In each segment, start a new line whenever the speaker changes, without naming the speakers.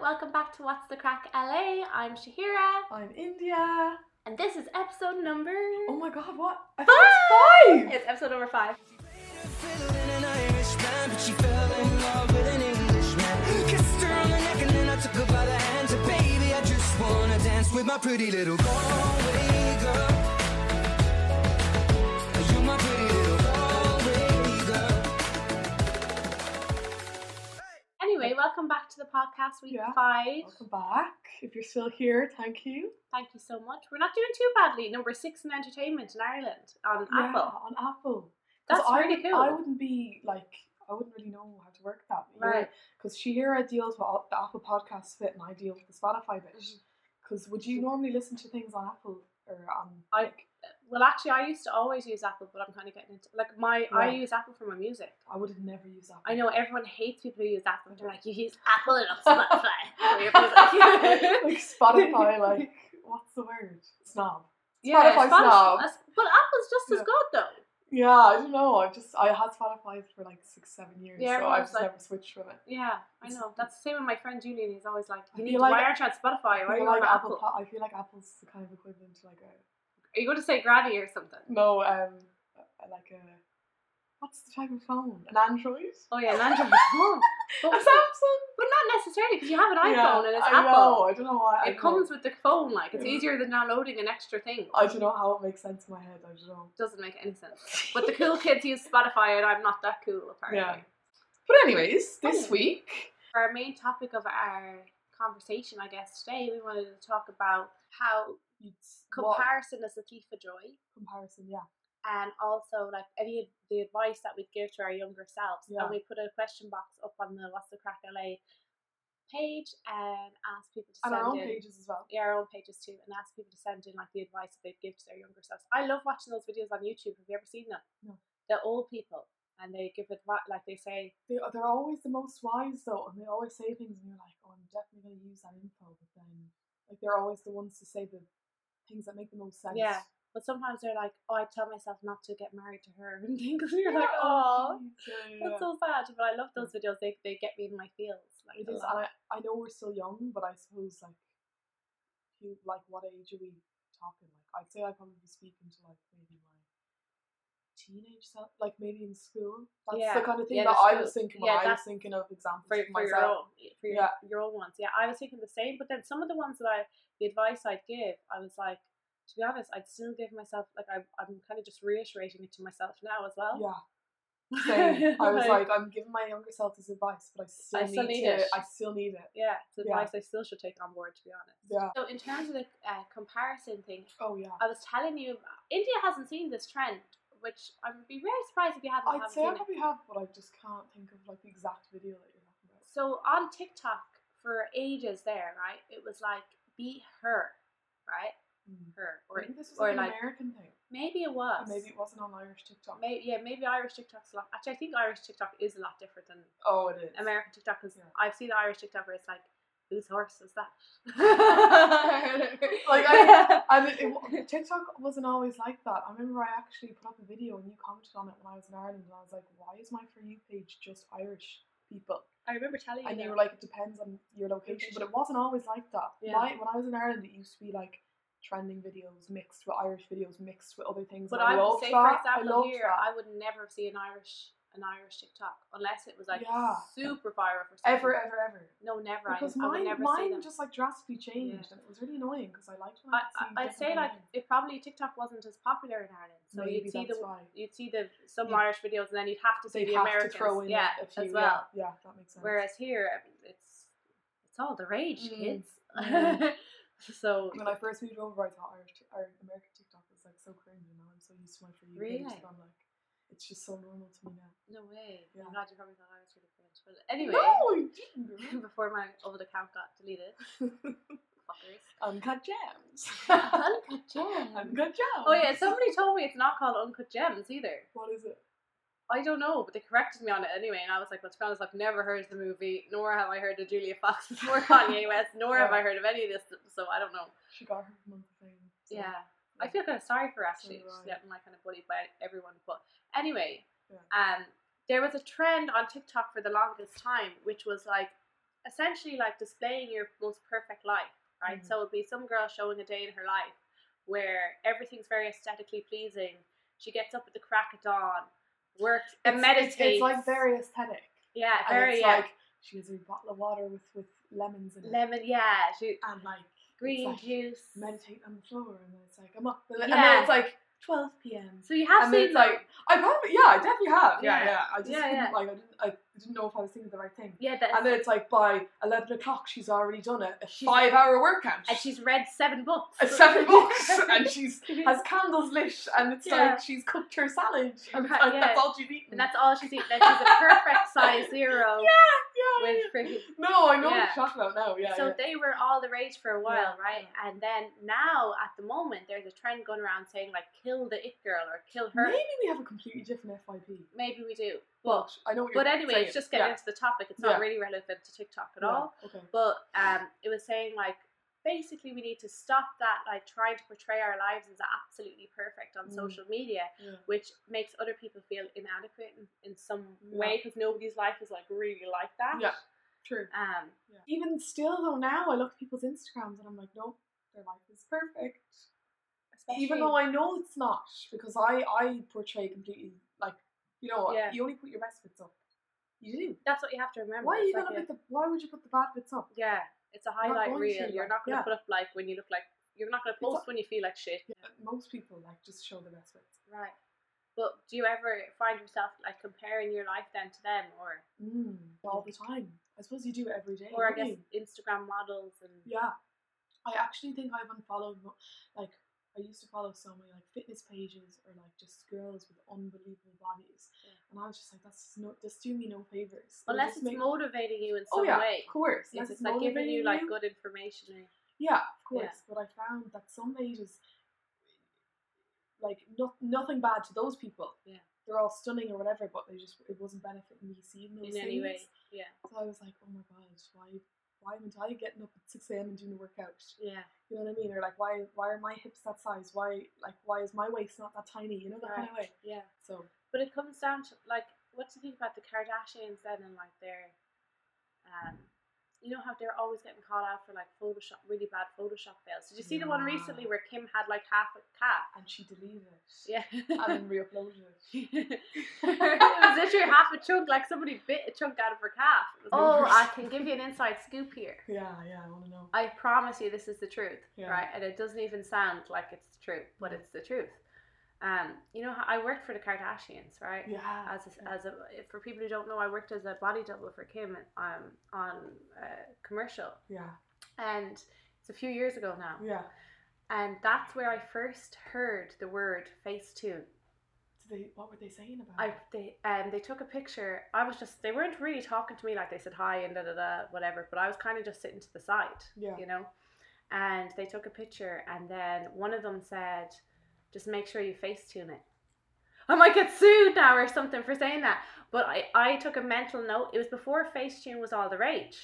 welcome back to What's the Crack LA. I'm Shahira,
I'm India.
and this is episode number.
Oh my god, what? I thought it was five!
It's episode number five.
Feeling an Irishman, but she fell in love with an Englishman. Kissed her on the neck and then I took her by the hands. And baby, I just wanna dance with my pretty little Galway girl. You're my pretty little Galway girl.
Anyway, welcome back to the podcast week
Yeah.
five.
Welcome back. If you're still here, thank you.
Thank you so much. We're not doing too badly. Number six in entertainment in Ireland on
Yeah,
Apple.
on Apple. 'Cause
That's
I
really
would-
cool.
I wouldn't be like, I wouldn't really know how to work that.
Right.
Because Shihira deals with all- the Apple podcast bit and I deal with the Spotify bit. Because would you normally listen to things on Apple or on.
Mm-hmm. I-
like,
Well, actually, I used to always use Apple, but I'm kind of getting into like my. I
Yeah.
use Apple for my music.
I would have never used Apple.
I know everyone hates people who use Apple. They're like, you use Apple and not Spotify. for your music."
like Spotify, like, what's the word? Snob.
Yeah,
Spotify snob.
But Apple's just as
Yeah.
good though.
Yeah, I don't know. I just I had Spotify for like six, seven years,
Yeah,
so I've
everyone's
just
like-
never switched from it.
Yeah, I
It's-
know. That's the same with my friend Julian. He's always like,
I
you
feel
need to,
like-
why aren't you on Spotify? Why
I
are
feel
you on
like Apple.
Apple?
Po- I feel like Apple's the kind of equivalent to like a
Are you going to say granny or something?
no, um, a- like a what's the type of phone? An Android?
Oh yeah, an Android phone. But,
A Samsung?
but not necessarily because you have an iPhone
Yeah,
and it's
I
Apple.
know. I don't know why. I
It
don't
comes
Know.
with the phone. Like it's
Yeah.
easier than downloading an extra thing.
I don't know how it makes sense in my head. I don't know.
Doesn't make any sense. But the cool kids use Spotify, and I'm not that cool apparently.
Yeah. But anyways, this
Anyway.
week.
For our main topic of our conversation, I guess today we wanted to talk about how
It's what-
comparison is the thief of joy.
comparison, yeah.
and also like any of the advice that we'd give to our younger selves.
Yeah.
And we put a question box up on the What's the Crack LA page and ask people to
And
send
our own
in
pages as well.
yeah, our own pages too, and ask people to send in like the advice that they'd give to their younger selves. I love watching those videos on YouTube. Have you ever seen them?
No.
They're old people, and they give advice like they say,
They, they're always the most wise though, and they always say things, and you're like, oh, I'm definitely going to use that info. But then, like, they're always the ones to say the things that make the most sense.
Yeah. but sometimes they're like, "Oh, I tell myself not to get married to her," and things. You're like, "Oh,
Jesus."
that's so sad." But I love those videos. They they get me in my feels. Like
It
a
is,
lot.
and I, I know we're still young, but I suppose like, you, like what age are we talking? Like, I'd say I'd probably be speaking to like maybe my teenage self, like maybe in school. That's
Yeah.
the kind of thing
Yeah,
that
the
I was
school- yeah,
thinking. Yeah, I was
that's-
thinking of examples
for,
for,
for your
myself.
own for your,
Yeah.
your own ones. Yeah, I was thinking the same, but then some of the ones that I the advice I'd give, I was like, to be honest, I'd still give myself like I, I'm kind of just reiterating it to myself now as well.
Yeah. Same. I was like, I'm giving my younger self this advice, but
I
I still,
still need
to,
it.
I still need it.
yeah, it's
Yeah.
advice I still should take on board to be honest.
Yeah.
So in terms of the uh, comparison thing,
Oh yeah.
I was telling you, India hasn't seen this trend, which I'd be very surprised if you haven't,
I'd
haven't
say I
seen it.
probably have, but I just can't think of like the exact video that you're talking about.
So on TikTok for ages there, right? It was like be her, right?
Mm.
Her or
I think this was
or
like an
like-
American thing.
maybe it
Or
was
Maybe it wasn't on Irish TikTok.
Maybe, yeah, maybe Irish TikTok's a lot. Actually, I think Irish TikTok is a lot different than
Oh, it is.
American TikTok because
Yeah.
I've seen Irish TikTok where it's like, whose horse is that?
Like, I- And it, it, wa- TikTok wasn't always like that. I remember I actually put up a video and you commented on it when I was in Ireland, and I was like, "Why is my for you page just Irish people?"
I remember telling you.
And
that.
you were like, "It depends on your location," but it wasn't always like that.
Yeah.
My, when I was in Ireland, it used to be like trending videos mixed with Irish videos mixed with other things.
but
and
I would
loved
say,
that.
for
I
example,
loved
here,
that.
I would never see an Irish an Irish TikTok unless it was like
Yeah.
super viral for something.
ever, ever, ever.
No, never. I,
Because
I would
mine,
never see
mine
them.
just like drastically changed, and it was really annoying because I liked when
I,
I, could see
I, I'd say
different
like
things.
it probably TikTok wasn't as popular in Ireland, so you'd
Maybe
see the
that's why.
you'd see the some
Yeah.
Irish videos, and then you'd have to see
They'd
the
have
Americans,
to throw in
yeah,
a few,
as well.
Yeah, yeah, that makes sense.
Whereas here, I mean, it's it's all the rage,
Mm.
kids.
Mm.
so
when I first moved over, I thought Irish, t- or American TikTok was like so cringe, and now I'm so used to my for you page
Really?
that I'm like, it's just so normal to me now.
no way.
Yeah.
I'm glad you probably thought I was really cringe. But anyway,
No, I didn't.
before my old account got deleted, fuckers.
Uncut gems.
Uncut gems.
Uncut gems.
Oh yeah, somebody told me it's not called uncut gems either.
What is it?
I don't know, but they corrected me on it anyway, and I was like, "Well, to be honest, I've never heard of the movie, nor have I heard of Julia Fox, nor Kanye West, nor have I heard of any of this, so I don't know."
She got her month thing. so-
Yeah. I feel kind of sorry for her, actually.
do
She's
I.
getting like kind of bullied by everyone. But anyway,
Yeah.
um, there was a trend on TikTok for the longest time, which was like essentially like displaying your most perfect life, right?
Mhm.
So it'd be some girl showing a day in her life where everything's very aesthetically pleasing. She gets up at the crack of dawn, works and
It's- it's-
meditates.
It's, like very aesthetic.
yeah,
And
very
it's
yeah.
like she has a bottle of water with, with lemons in it.
lemon. Yeah, she,
and like
green
like
juice.
meditate on the floor and then it's like I'm up.
Yeah.
And then it's like 12 p.m.
so you have
and then
seen
it's like I probably yeah I definitely have yeah
Yeah.
yeah, I just
Yeah,
didn't,
yeah.
like I didn't I didn't know if I was thinking the right thing.
yeah, that,
And then it's like by 11 o'clock she's already done a, a
She's-
five hour workout.
and she's read seven books.
Uh, seven books and she's has candles lit and it's
Yeah.
like she's cooked her salad and it's
Right,
like
yeah.
that's all she's eaten.
and that's all she's eating. Then she's a perfect size zero
yeah,
with
yeah.
freaking
No, I know what
Yeah.
you're talking about now. Yeah,
so
yeah.
they were all the rage for a while,
Yeah,
right?
yeah.
And then now at the moment there's a trend going around saying like kill the it girl or kill her.
Maybe we have a completely different FYP.
Maybe we do.
But I know what you're
But anyway,
saying.
it's just getting
yeah.
into the topic. It's
Yeah.
not really relevant to TikTok at all.
Yeah, Okay.
But um it was saying like basically we need to stop that like trying to portray our lives as absolutely perfect on
Mm.
social media
Yeah.
which makes other people feel inadequate in, in some
Yeah.
way because nobody's life is like really like that
Yeah. True.
um
Even still though now I look at people's Instagrams and I'm like, no, their life is perfect. Even
especially-
though I know it's not, because I, I portray completely like you know,
Yeah.
you only put your best bits up. You do.
that's what you have to remember
Why are you
It's like
gonna
a-
put the why would you put the bad bits up?
Yeah, it's a
not
highlight
going
reel.
to,
You're
like,
not going to
yeah.
put up like when you look like you're not going to post
a-
when you feel like shit.
Most people like just show the best bits.
Right. But do you ever find yourself like comparing your life then to them, or
Mm, all the time. I suppose you do it every day.
or I
don't
guess
you?
Instagram models and
Yeah. I actually think I've unfollowed mo- like I used to follow so many like fitness pages or like just girls with unbelievable bodies.
Yeah.
And I was just like, that's no that's doing me no favours. They're
unless
just
it's
making-
motivating you in some
Oh yeah,
way,
of course.
if
unless
it's like giving
motivating
you like good information. or-
Yeah,
Yeah.
of course. But I found that some pages like not, nothing bad to those people.
Yeah.
They're all stunning or whatever, but they just it wasn't benefiting me seeing those
In
things.
any way, yeah,
So I was like, oh my god, why why am I getting up at six AM and doing a workout?
yeah,
You know what I mean? Or like, why why are my hips that size? Why like why is my waist not that tiny? You know that kind of way.
yeah.
So
But it comes down to like what do you think about the Kardashians then and like their um you know how they're always getting called out for like Photoshop really bad Photoshop fails. Did you see the one
Yeah.
recently where Kim had like half a calf?
and she deleted it.
Yeah.
And then reuploaded it.
it was literally half a chunk, like somebody bit a chunk out of her calf. It was
Oh,
I can give you an inside scoop here.
Yeah, yeah, I wanna know.
I promise you this is the truth,
Yeah. Mm.
right? And it doesn't even sound like it's the truth, but it's the truth. Um, you know, how I worked for the Kardashians, right?
Yeah.
as a, as a for people who don't know, I worked as a body double for Kim um, on a commercial,
yeah.
and it's a few years ago now,
Yeah.
and that's where I first heard the word Facetune.
So they what were they saying about
I
it?
they um they took a picture. I was just they weren't really talking to me like they said hi and da da da whatever, but I was kind of just sitting to the side,
Yeah.
you know, and they took a picture, and then one of them said, "Just make sure you Facetune it." I might get sued now or something for saying that. But I, I took a mental note. It was before Facetune was all the rage.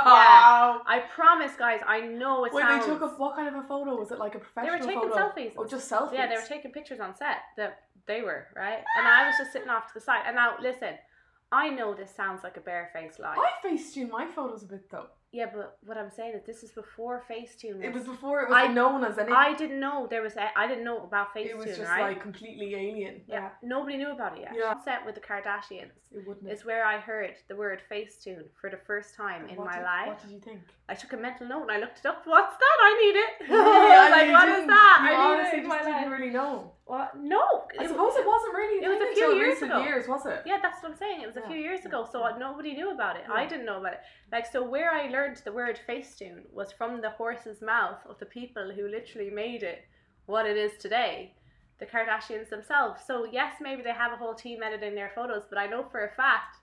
Stop
I promise, guys, I know it
When
sounds...
they took a what kind of a photo? Was it like a
They were
professional
taking
photo?
selfies.
Oh just selfies.
Yeah, they were taking pictures on set. That they were right, and I was just sitting off to the side. And now, listen, I know this sounds like a barefaced lie.
I faced you my photos a bit though.
Yeah, but what I'm saying is this is before Facetune.
It was
was-
before it was
I-
known as anything.
I didn't know there was. A, I didn't know about Facetune,
it was just
right?
like completely alien.
yeah. nobody knew about it yet.
Yeah. Mm.
On Set with the Kardashians
It wouldn't
is where I heard the word Facetune for the first time in
What
my
did-
life.
What did you think?
I took a mental note and I looked it up. What's that? I need it.
Really,
I was
I
like,
mean,
what
you
is
didn't-
that?
You
I
honestly
need it in my
just didn't
life.
really know.
What? No.
I
it-
suppose it wasn't really.
it was
thing
a few
until
years
recent
ago.
Years was it?
Yeah, that's what I'm saying. It was a
Yeah,
few years
yeah,
ago, so
yeah.
nobody knew about it. I
Yeah.
didn't know about it. Like, so where I learned the word Facetune was from the horse's mouth of the people who literally made it what it is today, the Kardashians themselves. So yes, maybe they have a whole team editing their photos, but I know for a fact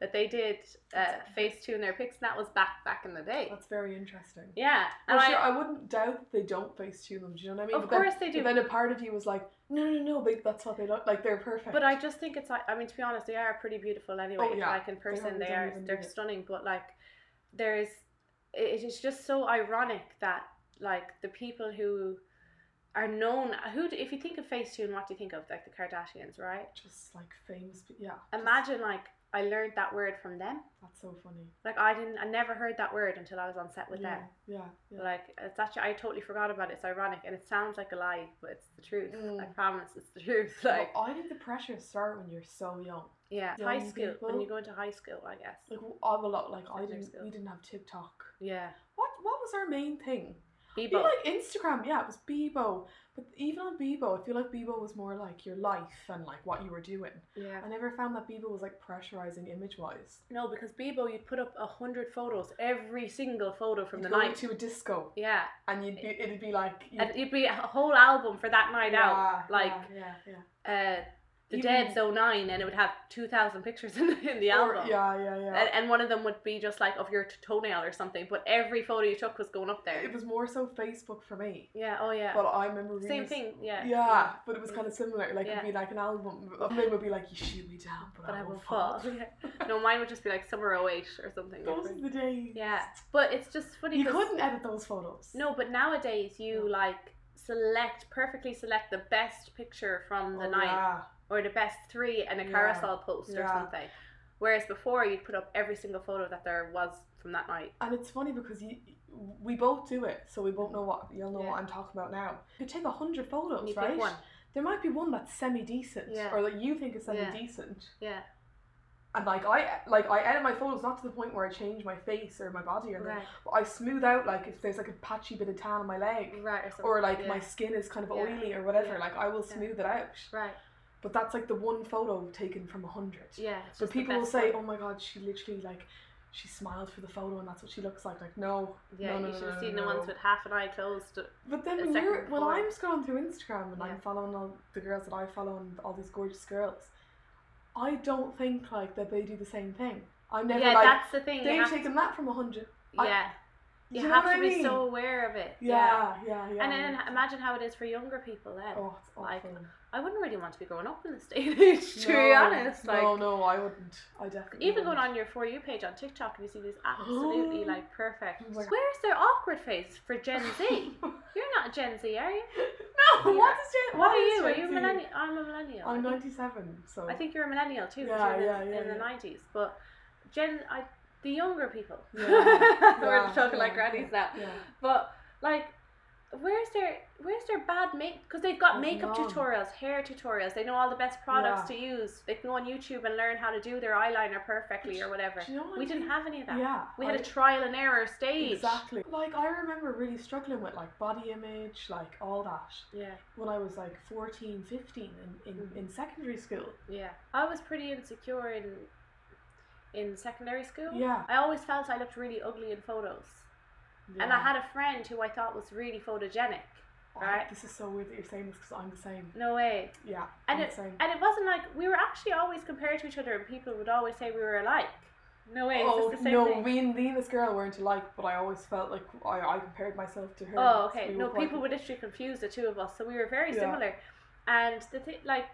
that they did uh, Facetune their pics, and that was back back in the day.
That's very interesting.
Yeah, and
Well,
I,
sure, I wouldn't doubt that they don't face tune them. Do you know what I mean?
Of
But then-
course they do.
But then a part of you was like, no, no, no, they, that's what they look like. They're perfect.
But I just think it's like I mean to be honest, they are pretty beautiful anyway.
Oh, yeah.
Like in person,
haven't
they
done
are
even
they're
bit.
stunning. But like there is, it is just so ironic that like the people who are known who do, if you think of Facetune, what do you think of like the Kardashians, right?
just like famous. pe- Yeah. just-
Imagine like I learned that word from them.
That's so funny.
Like I didn't, I never heard that word until I was on set with
yeah,
them.
yeah, yeah.
Like it's actually, I totally forgot about it. It's ironic, and it sounds like a lie, but it's the truth.
Mm.
I promise, it's the truth.
Well,
Like
I think the pressures start when you're so young.
yeah,
young
high school when
people-
you go into high school, I guess.
Like all a lot. Like I
Secondary
didn't.
school.
We didn't have TikTok.
Yeah,
What What was our main thing? I feel
Bebo.
like Instagram. Yeah, it was Bebo. But even on Bebo, I feel like Bebo was more like your life and like what you were doing.
Yeah.
I never found that Bebo was like pressurizing image wise.
No, because Bebo, you'd put up a hundred photos, every single photo from the
go
night.
to a disco
Yeah,
and you'd be, it'd be like you'd-
and it'd be a whole album for that night
yeah,
out, like
yeah, yeah, yeah.
uh, the
Even-
Dead's 09 and it would have two thousand pictures in, in the
Or-
album.
yeah, yeah, yeah.
And, and one of them would be just like of your t- toenail or something, but every photo you took was going up there.
it was more so Facebook for me.
Yeah. Oh yeah.
But I remember reading
Same
s-
thing. Yeah. Mm.
Yeah, but it was kind of similar. Like
Yeah.
it'd be like an album. of them would be like, "You shoot me down, but,
But
I
I
won't
won't
fall."
fall. Yeah. Oh, No, mine would just be like summer 08 or something.
Those are the days.
Yeah. But it's just funny.
you
'cause-
couldn't edit those photos.
No, but nowadays you
No.
like select perfectly select the best picture from the
Oh,
night
Yeah.
or the best three in a
Yeah.
carousel post or
Yeah.
something. Whereas before you'd put up every single photo that there was from that night.
And it's funny because you, we both do it, so we both know what you'll know
Yeah.
what I'm talking about now. You take a hundred
And
photos,
you
right?
pick one.
There might be one that's semi decent,
Yeah.
or that you think is semi
Yeah.
decent.
Yeah.
And like I like I edit my photos not to the point where I change my face or my body or anything.
Right.
But I smooth out like if there's like a patchy bit of tan on my leg.
Right. Or, something.
Or like
yeah.
my skin is kind of
Yeah.
oily or whatever,
Yeah.
like I will
Yeah.
smooth it out.
Right.
But that's like the one photo taken from a hundred.
Yeah. it's
So
just the
people will
best
say,
one.
"Oh my god, she literally like she smiled for the photo, and that's what she looks like." Like no,
Yeah,
"Oh, no, no,
you
no,
should have
no,
seen
no,
the ones
no.
with half an eye closed.
But then
a
when
second
you're when
before.
I'm scrolling through Instagram and
Yeah.
I'm following all the girls that I follow and all these gorgeous girls, I don't think like that they do the same thing. I'm never
yeah,
like
that's the thing. You
they've
have to-
taken that from a hundred. I-
yeah, you,
know
have
what
to
I
be
mean?
so aware of it.
Yeah, yeah, yeah.
And then imagine how it is for younger people then.
Oh, it's awful.
like, I wouldn't really want to be growing up in this day and age, to be
No,
honest. Like,
no, no, I wouldn't. I definitely
even going
wouldn't.
on your For You page on TikTok and you see these absolutely like perfect.
Oh my God.
Where's their awkward face for Gen Z? You're not Gen Z, are you?
no,
Yeah.
what is Gen?
What are
is
you? Are
Gen
you a
Z?
millennial? I'm a millennial.
I'm
I think-
97, so
I think you're a millennial too. 'cause
Yeah,
you're
yeah,
in, the-
yeah,
in
yeah.
the nineties, but Gen, I, the younger people.
Yeah,
We're
yeah,
talking like
yeah,
grannies now.
yeah.
But like, where's their where's their bad make? Because they've got
There's
makeup
none.
tutorials, hair tutorials. They know all the best products
Yeah.
to use. They can go on YouTube and learn how to do their eyeliner perfectly or whatever.
Do you know what I
we didn't
think?
have any of that.
Yeah,
We had
I-
a trial and error stage.
Exactly. Like I remember really struggling with like body image, like all that
Yeah,
when I was like 14, 15 in, in,
Mm-hmm.
in secondary school.
yeah. I was pretty insecure in in secondary school.
Yeah.
I always felt I looked really ugly in photos. And I
Yeah.
had a friend who I thought was really photogenic.
Oh,
right?
This is so weird that you're saying this because I'm the same.
No way.
Yeah.
And
I'm
it,
the same.
and it wasn't like we were actually always compared to each other, and people would always say we were alike. No way.
oh
is this the same
no,
thing?
me and me and this girl weren't alike, but I always felt like I, I compared myself to her.
oh,
so
okay.
we
no,
were quite-
people would literally confuse the two of us. So we were very
Yeah.
similar. And the thing, like,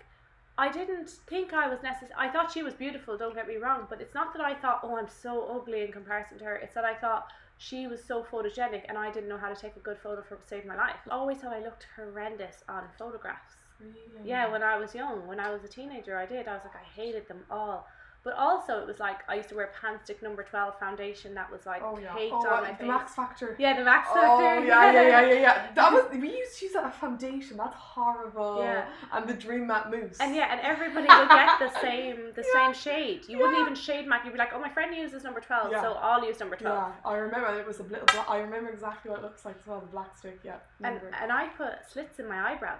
I didn't think I was necessary. I thought she was beautiful. Don't get me wrong, but it's not that I thought, oh, I'm so ugly in comparison to her. It's that I thought she was so photogenic, and I didn't know how to take a good photo for save my life. I always thought I looked horrendous on photographs.
Really?
Yeah, when I was young, when I was a teenager, I did. I was like, I hated them all. But also, it was like I used to wear Panstick number twelve foundation that was like
oh yeah,
caked
oh,
on
uh,
my
the
face.
Max Factor.
Yeah, the Max
Oh
Factor.
yeah, yeah, yeah, yeah, yeah. That was we used to use that as foundation. That's horrible.
Yeah.
And the Dream Mat Mousse.
And yeah, and everybody would get the same the
Yeah.
same shade. You wouldn't
Yeah.
even shade match. You'd be like, oh, my friend uses number twelve,
Yeah.
so I'll use number twelve.
Yeah, I remember it was a little. Bla- I remember exactly what it looks like as well. The black stick. Yeah.
And
remember.
and I put slits in my eyebrows.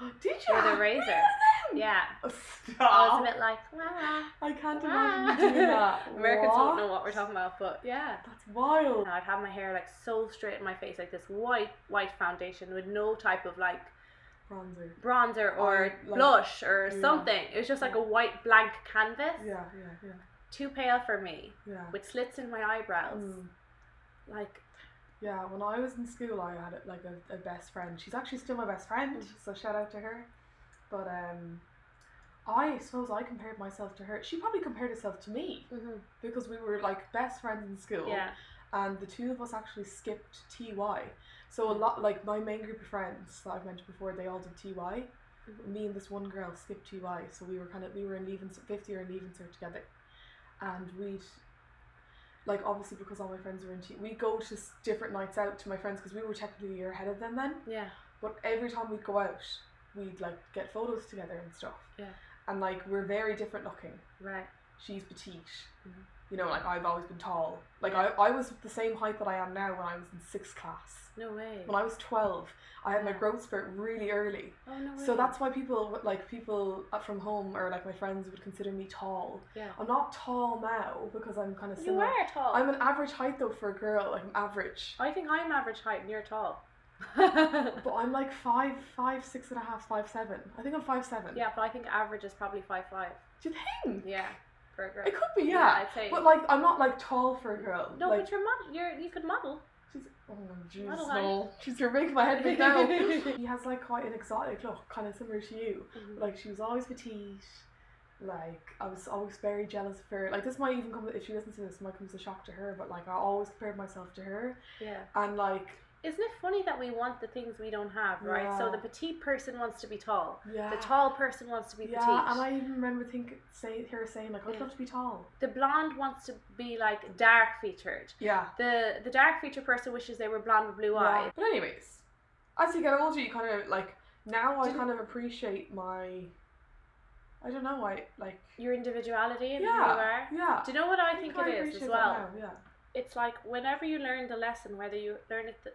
Did you?
with a razor. Oh,
Yeah.
Yeah,
Stop.
I
I,
was a bit like, "Wah."
can't
Ah.
imagine you doing that.
Americans
what?
won't know what we're talking about, but yeah.
That's wild.
And I'd have my hair like so straight in my face, like this white white foundation with no type of like
Bronzer.
bronzer or
Or, Um, like,
blush or
yeah.
something. It was just like a white blank canvas.
Yeah, yeah,
Too pale for me,
yeah, yeah.
with slits in my eyebrows.
Mm.
Like,
Yeah, when I was in school, I had like a, a best friend. She's actually still my best friend, so shout out to her. But um, I suppose I compared myself to her. She probably compared herself to me because we were like best friends in school.
yeah,
and the two of us actually skipped TY. So a lot like my main group of friends that I've mentioned before, they all did TY.
Mhm.
Me and this one girl skipped TY, so we were kind of we were in leaving cert- fifth year in leaving cert together, and we'd like obviously because all my friends were in teen, we'd go to s- different nights out to my friends because we were technically a year ahead of them then.
Yeah.
But every time we'd go out, we'd like get photos together and stuff.
Yeah.
And like we're very different looking.
Right.
She's petite.
Mhm.
You know, like I've always been tall. Like I, I was the same height that I am now when I was in sixth class.
No way.
When I was twelve, I had my
Yeah.
growth spurt really early.
oh no way.
So that's why people like people up from home or like my friends would consider me tall.
yeah.
I'm not tall now because I'm kind of
You
similar.
are tall.
I'm an average height though for a girl. Like I'm average,
I think I'm average height and you're tall. yeah,
but I'm like five, five, six and a half, five, seven. I think I'm five seven.
but I think average is probably five five.
Do you think?
Yeah, for a girl.
It could be, yeah.
I'd say.
But like, I'm not like tall for a girl.
no,
like,
but you're model. You're you could model.
she's oh
Not
jeez,
alive.
no, she's gonna make my head big now. he has like quite an exotic look, kind of similar to you. Like she was always petite. Like I was always very jealous of her. Like this might even come if she listens to this, it might come as a shock to her. But like I always compared myself to her,
Yeah.
and like
Isn't it funny that we want the things we don't have, right? So
Yeah.
the petite person wants to be tall.
yeah,
The tall person wants to be
Ah. yeah.
petite.
And I even remember think say her saying like I'd
Yeah.
love to be tall.
the blonde wants to be like dark featured.
Yeah.
The the dark featured person wishes they were blonde with blue
Yeah.
eyes.
But anyways, as you get older, you kind of like now I
Didn't-
kind of appreciate my. I don't know. I like.
Your individuality and who you
yeah.
are.
Yeah.
Do you know what I think
I
it is
appreciate
as
that
well?
now, yeah.
it's like whenever you learn the lesson, whether you learn it, the,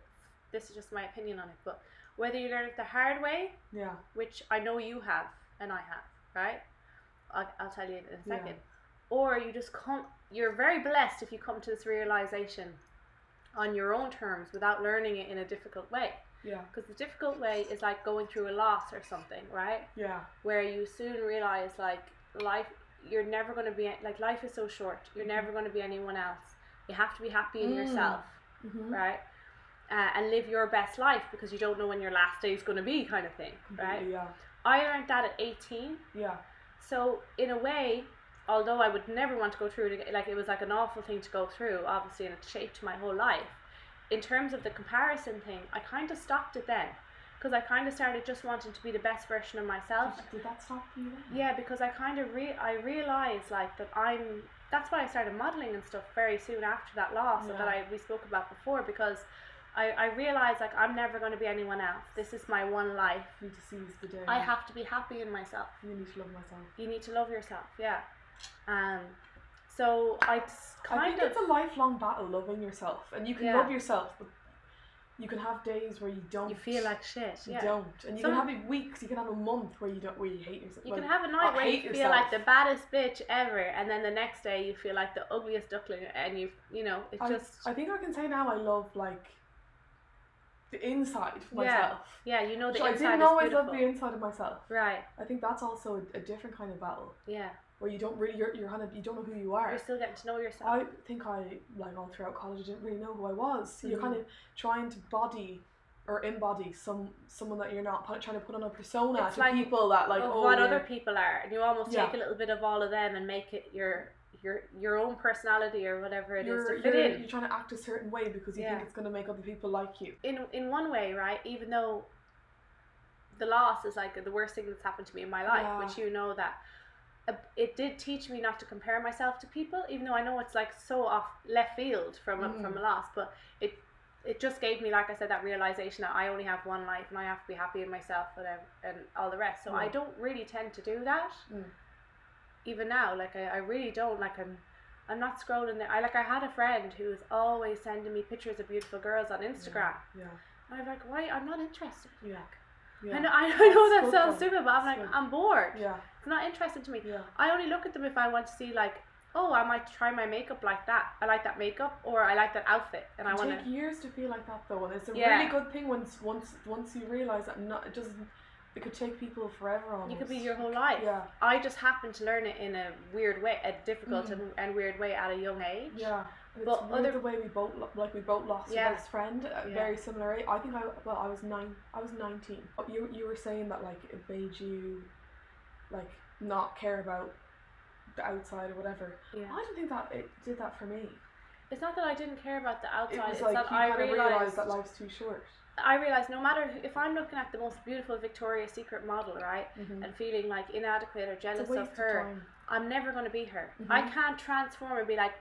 this is just my opinion on it, but whether you learn it the hard way,
Yeah.
which I know you have and I have, right? I'll, I'll tell you in a
Yeah.
second. Or you just come, you're very blessed if you come to this realization on your own terms without learning it in a difficult way.
Yeah.
Because the difficult way is like going through a loss or something, right?
Yeah.
where you soon realize like life you're never going to be like life is so short you're never going to be anyone else you have to be happy in
Mm-hmm. Mm.
yourself
Mhm.
right uh, and live your best life because you don't know when your last day is going to be kind of thing right
Completely, Yeah.
i learned that at 18
Yeah.
so in a way although i would never want to go through it again, like it was like an awful thing to go through obviously and it shaped my whole life in terms of the comparison thing i kind of stopped it then because i kind of started just wanting to be the best version of myself
Did, did that stop you? then?
yeah, because I kind of re- I realized like that I'm. That's why I started modeling and stuff very soon after that loss
Yeah.
that I we spoke about before because I I realized like I'm never going to be anyone else. This is my one life.
I need to seize the day.
I have to be happy in myself.
I really need to love myself.
You need to love yourself. Yeah. Um. So I s-
I
kind
think
of
it's a lifelong battle loving yourself, and you can
Yeah.
love yourself, but you can have days where you don't.
you feel like shit.
you
yeah.
don't, and you
Some-
can have weeks. You can have a month where you don't, where you hate yourself.
You
Well,
can have a night
I
where you
hate
feel
yourself.
like the baddest bitch ever, and then the next day you feel like the ugliest duckling, and you you know it's
I,
just
I think I can say now I love like the inside of
Yeah.
myself.
yeah you know the
So I
inside
didn't
is
always
beautiful.
love the inside of myself.
Right.
I think that's also a, a different kind of battle
Yeah.
where you don't really you're, you're kind of you don't know who you are.
You're still getting to know yourself.
I think I like all throughout college I didn't really know who I was. So You're
Mhm.
kind of trying to body or embody some someone that you're not pu- trying to put on a persona
It's
to
like
people that like
of
oh
what
you're-
other people are, and you almost
Yeah.
take a little bit of all of them and make it your your your own personality or whatever it is
you're,
to fit
you're,
in.
you're trying to act a certain way because you
Yeah.
think it's going to make other people like you.
In in one way, right? Even though the loss is like the worst thing that's happened to me in my life,
Yeah.
which you know that uh, it did teach me not to compare myself to people, even though I know it's like so off left field from a,
Mm.
from a loss, but it. It just gave me, like I said, that realization that I only have one life and I have to be happy in myself and, ev- and all the rest. So I
Yeah.
don't really tend to do that.
Mm.
even now like I, I really don't like i'm i'm not scrolling there i like i had a friend who was always sending me pictures of beautiful girls on instagram
Yeah.
and i'm like why i'm not interested
Yeah.
I
Yeah.
know, I know that
That's
sounds
good.
stupid, but I'm like,
That's good.
I'm bored.
Yeah.
It's not interesting to me.
Yeah.
I only look at them if I want to see, like, oh, I might try my makeup like that. I like that makeup, or I like that outfit, and I
It
want
take
to.
years to feel like that though, and it's a
Yeah.
really good thing once once once you realize that not it doesn't it could take people forever on.
You could be your whole life.
yeah
I just happened to learn it in a weird way, a difficult
Mhm.
and, and weird way at a young age.
yeah. And
But
it's weird
other-
the way we both lo- like we both lost
Yeah.
your best friend at
Yeah.
very similar age. I think I well I was nine I was nineteen. But You you were saying that like it made you like not care about the outside or whatever.
Yeah.
I don't think that it did that for me.
It's not that I didn't care about the
It
outside,
was
it's
like you
that I
kind of realized
realized
that life's too short.
I realize no matter who- if I'm looking at the most beautiful Victoria's Secret model, right,
Mm-hmm.
and feeling like inadequate or
It's
jealous
a waste
of her,
of time.
I'm never going to be her.
Mhm.
Mm-hmm.
I can't transform and be like,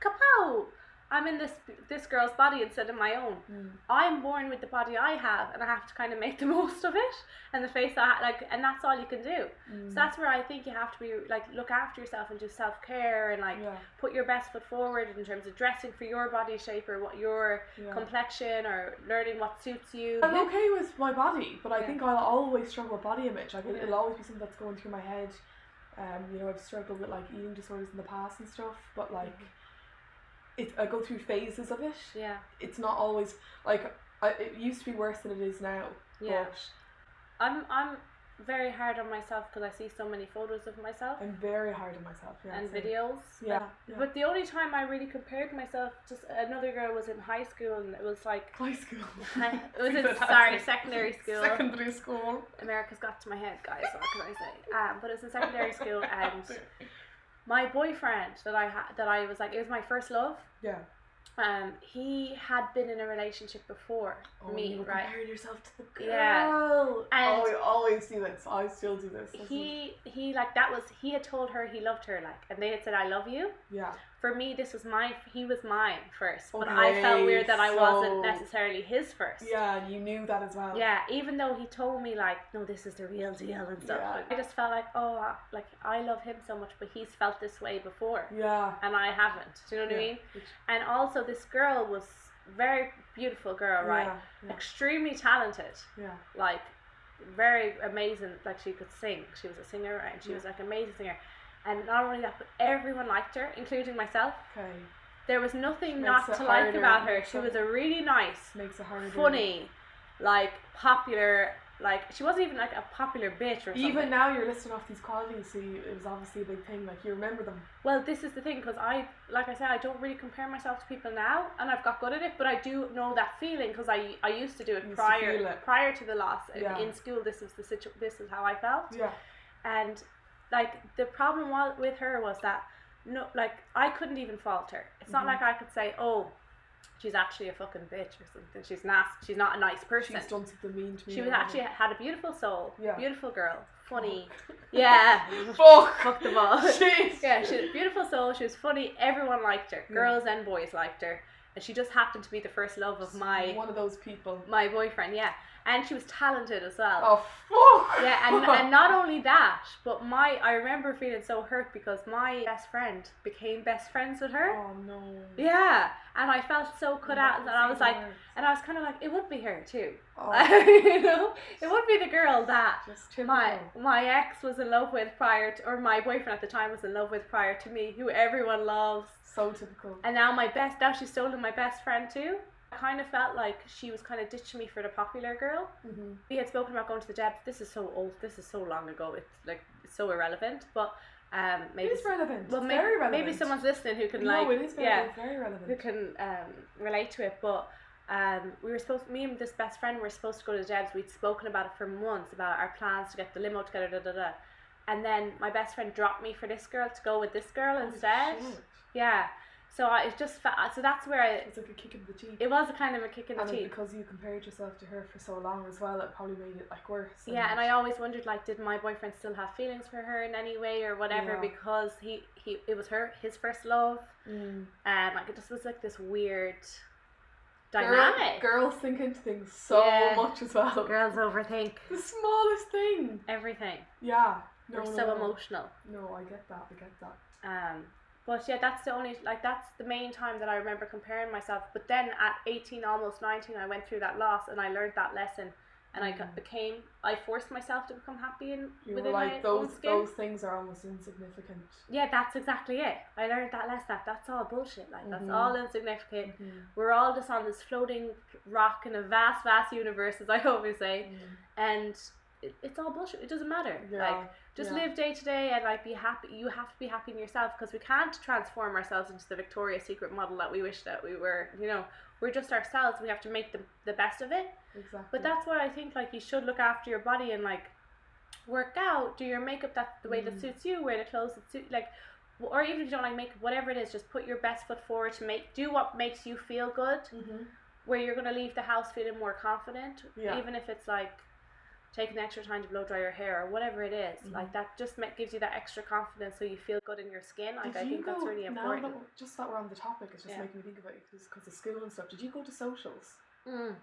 kapow! I'm in this this girl's body instead of my own.
Mm.
I'm born with the body I have, and I have to kind of make the most of it and the face I ha- like, and that's all you can do.
mm. Mm-hmm.
So that's where I think you have to be like look after yourself and do self care and like
yeah,
put your best foot forward in terms of dressing for your body shape or what your
yeah.
complexion or learning what suits you.
I'm okay with my body, but I
Yeah.
think I'll always struggle with body image. Like it,
Yeah.
it'll always be something that's going through my head. Um, you know, I've struggled with like eating disorders in the past and stuff,
Mm-hmm.
but like, it I go through phases of it.
Yeah,
It's not always like I, it used to be worse than it is now.
yeah.
But
I'm I'm very hard on myself because I see so many photos of myself
I'm very hard on myself. Yeah,
and
so-
videos.
Yeah, yeah.
But the only time I really compared myself to s- another girl was in high school, and it was like
high school.
Hi- it was in-
That's
sorry,
it.
secondary school.
Secondary school.
America's got to my head, guys. What can I say? Um, but it was in secondary school, and my boyfriend that I had, that I was like, it was my first love.
yeah.
Um, he had been in a relationship before
Oh,
me,
you were
right?
Comparing yourself to the girl.
Yeah. And-
oh, I always do this. I still do this. This is-
He he like that was he had told her he loved her like, and they had said I love you.
Yeah.
For me, this was my he was mine first, but I felt
Okay,
weird that I
so-
wasn't necessarily his first.
Yeah, you knew that as well.
Yeah, even though he told me like, no, this is the real deal and stuff.
Yeah.
I just felt like, oh, I- like I love him so much, but he's felt this way before,
Yeah.
and I haven't. Do you know what I
Yeah.
mean? And also, this girl was very beautiful girl, right?
Yeah. Yeah.
Extremely talented,
yeah.
like very amazing. Like she could sing. She was a singer, right? And she
Yeah.
was like an amazing singer. And not only that, but everyone liked her, including myself.
Okay.
There was nothing
Makes
not
it
to like
harder,
about her.
makes
She
it-
was a really nice,
Makes it harder.
funny, like popular. Like she wasn't even like a popular bitch or something.
Even now, you're listing off these qualities, so you, it was obviously a big thing. Like you remember them.
well, this is the thing because I, like I said, I don't really compare myself to people now, and I've got good at it. But I do know that feeling because I I used to do it
Used to
prior
feel it.
prior to the loss. And
Yeah.
In school, this was the situ- This is how I felt,
Yeah.
and like the problem was with her was that no, like I couldn't even fault her. It's not
Mhm.
like I could say, oh, she's actually a fucking bitch or something. She's nasty. She's not a nice person.
She's done something mean to me.
She was
or whatever.
actually had a beautiful soul,
Yeah. Oh.
beautiful girl, funny. Yeah,
Fuck.
fuck them all.
Jeez.
yeah, she had a beautiful soul. She was funny. Everyone liked her,
Yeah.
girls and boys liked her, and she just happened to be the first love of my
One of those people.
my boyfriend. Yeah, and she was talented as well.
Oh fuck.
Yeah, and, and not only that, but my I remember feeling so hurt because my best friend became best friends with her.
Oh no.
Yeah, and I felt so cut out that I was like,
Worse.
and I was kind of like, it would be her too,
Oh,
you know, it would be the girl that
just typical.
my my ex was in love with prior to, or my boyfriend at the time was in love with prior to me, who everyone loves,
So typical.
and now my best now she's stolen my best friend too. I kind of felt like she was kind of ditching me for the popular girl.
Mm-hmm.
We had spoken about going to the depths. This is so old. This is so long ago. It's like it's so irrelevant. But um, maybe
It is relevant.
well,
it's
maybe,
very relevant.
maybe someone's listening who can
no,
like
it is very,
yeah
very relevant.
who can um, relate to it, but um, we were supposed, me and this best friend were supposed to go to Deb's. We'd spoken about it for months about our plans to get the limo together, da da da. And then my best friend dropped me for this girl to go with this girl
Holy
instead.
shit.
Yeah. So I it just fa- so that's where I,
It's like a kick in the teeth.
it was a kind of a kick in the
and it-
teeth.
because you compared yourself to her for so long as well, it probably made it like worse.
Yeah, and I always wondered like, did my boyfriend still have feelings for her in any way or whatever
Yeah.
because he he it was her his first love,
Mm.
and like it just was like this weird
Girl-
dynamic.
girls think into things so
Yeah.
much as well.
Girls overthink.
The smallest thing.
everything.
Yeah. No,
We're
no,
so
no.
emotional.
No, I get that. I get that.
Um, but yeah, that's the only like that's the main time that I remember comparing myself. But then at eighteen, almost nineteen, I went through that loss and I learned that lesson. And I got,
Mhm.
became I forced myself to become happy and
You were
within my
like
own
those
skin.
those things are almost insignificant.
Yeah, that's exactly it. I learned that lesson. That that's all bullshit. Like that's
Mhm.
all insignificant.
Mm-hmm.
We're all just on this floating rock in a vast, vast universe, as I always say,
Mm.
and it, it's all bullshit. It doesn't matter.
Yeah.
Like just
Yeah.
live day to day and like be happy you have to be happy in yourself because we can't transform ourselves into the victoria's secret model that we wish that we were you know we're just ourselves we have to make the, the best of it
exactly.
but that's why i think like you should look after your body and like work out do your makeup that the way that
Mhm.
suits you wear the clothes that suit like w- or even if you don't like makeup whatever it is just put your best foot forward to make do what makes you feel good
hmm
where you're going to leave the house feeling more confident
Yeah.
even if it's like taking the extra time to blow dry your hair or whatever it is.
Mm-hmm.
Like that just ma- gives you that extra confidence so you feel good in your skin. Like
Did
I
you
think that's
go-
really
now that
important.
we're- just that we're on the topic, it's just
Yeah.
making me think about it because of school and stuff. Did you go to socials?
Mm.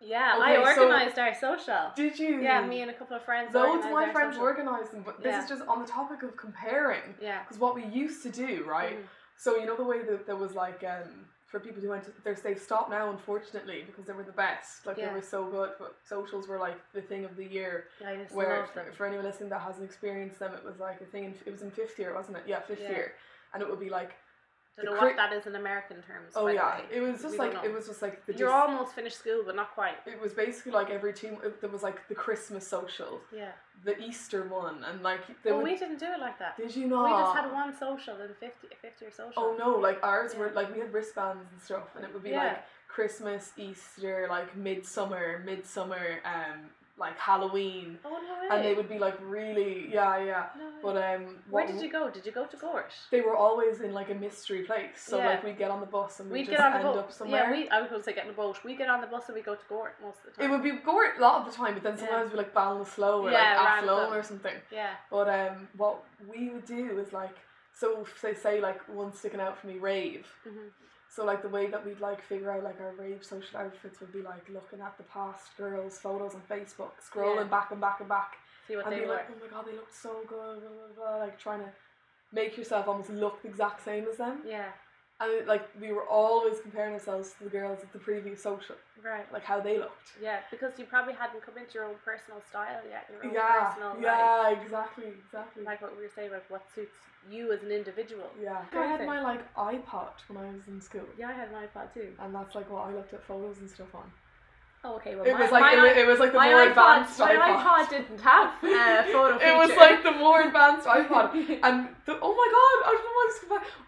Yeah, I
Okay, so-
organized our social.
Did you?
Yeah, me and a couple of friends.
Loads of
organised
my
our
friends
social.
organised them, but this is just on the topic of comparing.
Yeah.
Because what we used to do, right?
Mhm.
So you know the way that there was like um, for people who went to there's they've stopped now unfortunately because they were the best. Like
Yeah.
they were so good, but socials were like the thing of the year.
I just
Where
love them.
for anyone listening that hasn't experienced them, it was like a thing. In, it was in fifth year, wasn't it? Yeah, fifth
Yeah.
year, and it would be like
Don't
the
know
cri-
what that is in American terms.
oh
by the
yeah,
way.
it was just
We don't
like
know.
it was just like the
You're
dis-
almost finished school, but not quite.
it was basically like every two it- there was like the Christmas social,
Yeah.
the Easter one, and like they
Well,
would,
we didn't do it like that.
did you not?
We just had one social in 50, 50 or social.
Oh no, like ours were
Yeah.
like we had wristbands and stuff, and it would be
Yeah.
like Christmas, Easter, like midsummer, midsummer, um, like Halloween,
Oh no way.
and they would be like really, yeah, yeah.
No way.
But um,
Where
what-
did you go? Did you go to Gorse?
They were always in like a mystery place, so
Yeah.
like we'd get on the bus and we'd,
We'd
just
get on the
end
boat.
up somewhere.
Yeah, we. I was going to say get on the boat. We get on the bus and we go to Gorse most of the
it
time.
would be gore a lot of the time, but then
Yeah.
sometimes we like Ballinasloe or
Yeah,
like Athlone
random.
or something.
yeah.
But um, what we would do is like, so say say like one sticking out for me rave.
Mhm.
So like the way that we'd like figure out like our rave social outfits would be like looking at the past girls' photos on Facebook, scrolling
Yeah.
back and back and back,
See what
and
they
be
were.
like, oh my god, they look so good, blah, blah, blah, like trying to make yourself almost look the exact same as them.
yeah.
And it, like we were always comparing ourselves to the girls at the previous social,
Right.
like how they looked.
Yeah, because you probably hadn't come into your own personal style yet. Your own
Yeah,
personal,
yeah, exactly, exactly.
Like, like what we were saying about what suits you as an individual.
yeah, I had my like iPod when I was in school.
Yeah, I had my iPod too.
and that's like what I looked at photos and stuff on.
Oh, okay. Well,
It
my,
was like
my,
it was,
i-
it was like the
my
more
iPod,
advanced
my
iPod.
iPod didn't have uh, photo feature.
it was like the more advanced iPod, and the, oh my god, I don't know what's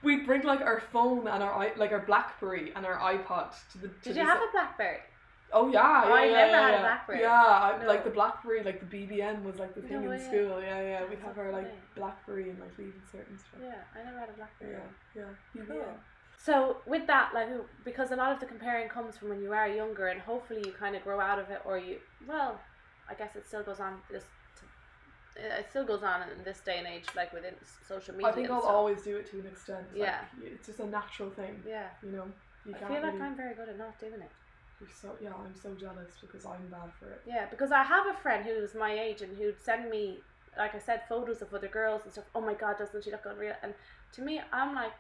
We'd bring like our phone and our i- like our BlackBerry and our iPod to the. To
Did
the
you have
se-
a BlackBerry?
Oh yeah,
Oh,
yeah,
I
yeah,
never
yeah,
had a
yeah.
BlackBerry.
Yeah, I,
No.
like the BlackBerry, like the BBM was like the thing
No
in
way.
school. Yeah, yeah, we'd
That's
have
so
our like
funny.
BlackBerry and like leaving certain stuff.
Yeah, I never had a BlackBerry.
Yeah, yeah, BBM.
Cool. So with that, like, w- because a lot of the comparing comes from when you are younger, and hopefully you kind of grow out of it, or you, well, I guess it still goes on. This, t- uh, it still goes on in this day and age, like within s- social media.
I think
and
I'll
stuff.
always do it to an extent. It's
Yeah.
like, it's just a natural thing.
Yeah,
You know, you
I
can't
feel like
really-
I'm very good at not doing it.
You're so yeah, I'm so jealous because I'm bad for it.
Yeah, because I have a friend who was my age and who'd send me, like I said, photos of other girls and stuff. Oh my god, doesn't she look unreal? And to me, I'm like,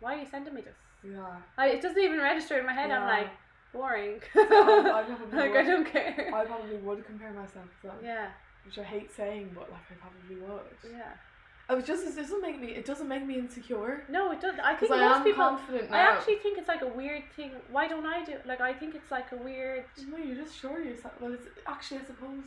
why are you sending me this?
Yeah.
I, it doesn't even register in my head. I'm
Mm. Yeah.
like, boring.
I
like
probably
I
would.
don't care.
I probably would compare myself to them,
Yeah,
which I hate saying, but like I probably would.
yeah.
I was just it doesn't make me it doesn't make me insecure
No, it does. I
because
think
I
most
am
people.
confident now.
I actually think it's like a weird thing. Why don't I do? Like I think it's like a weird.
no, you're just sure of yourself. Well, it's actually I suppose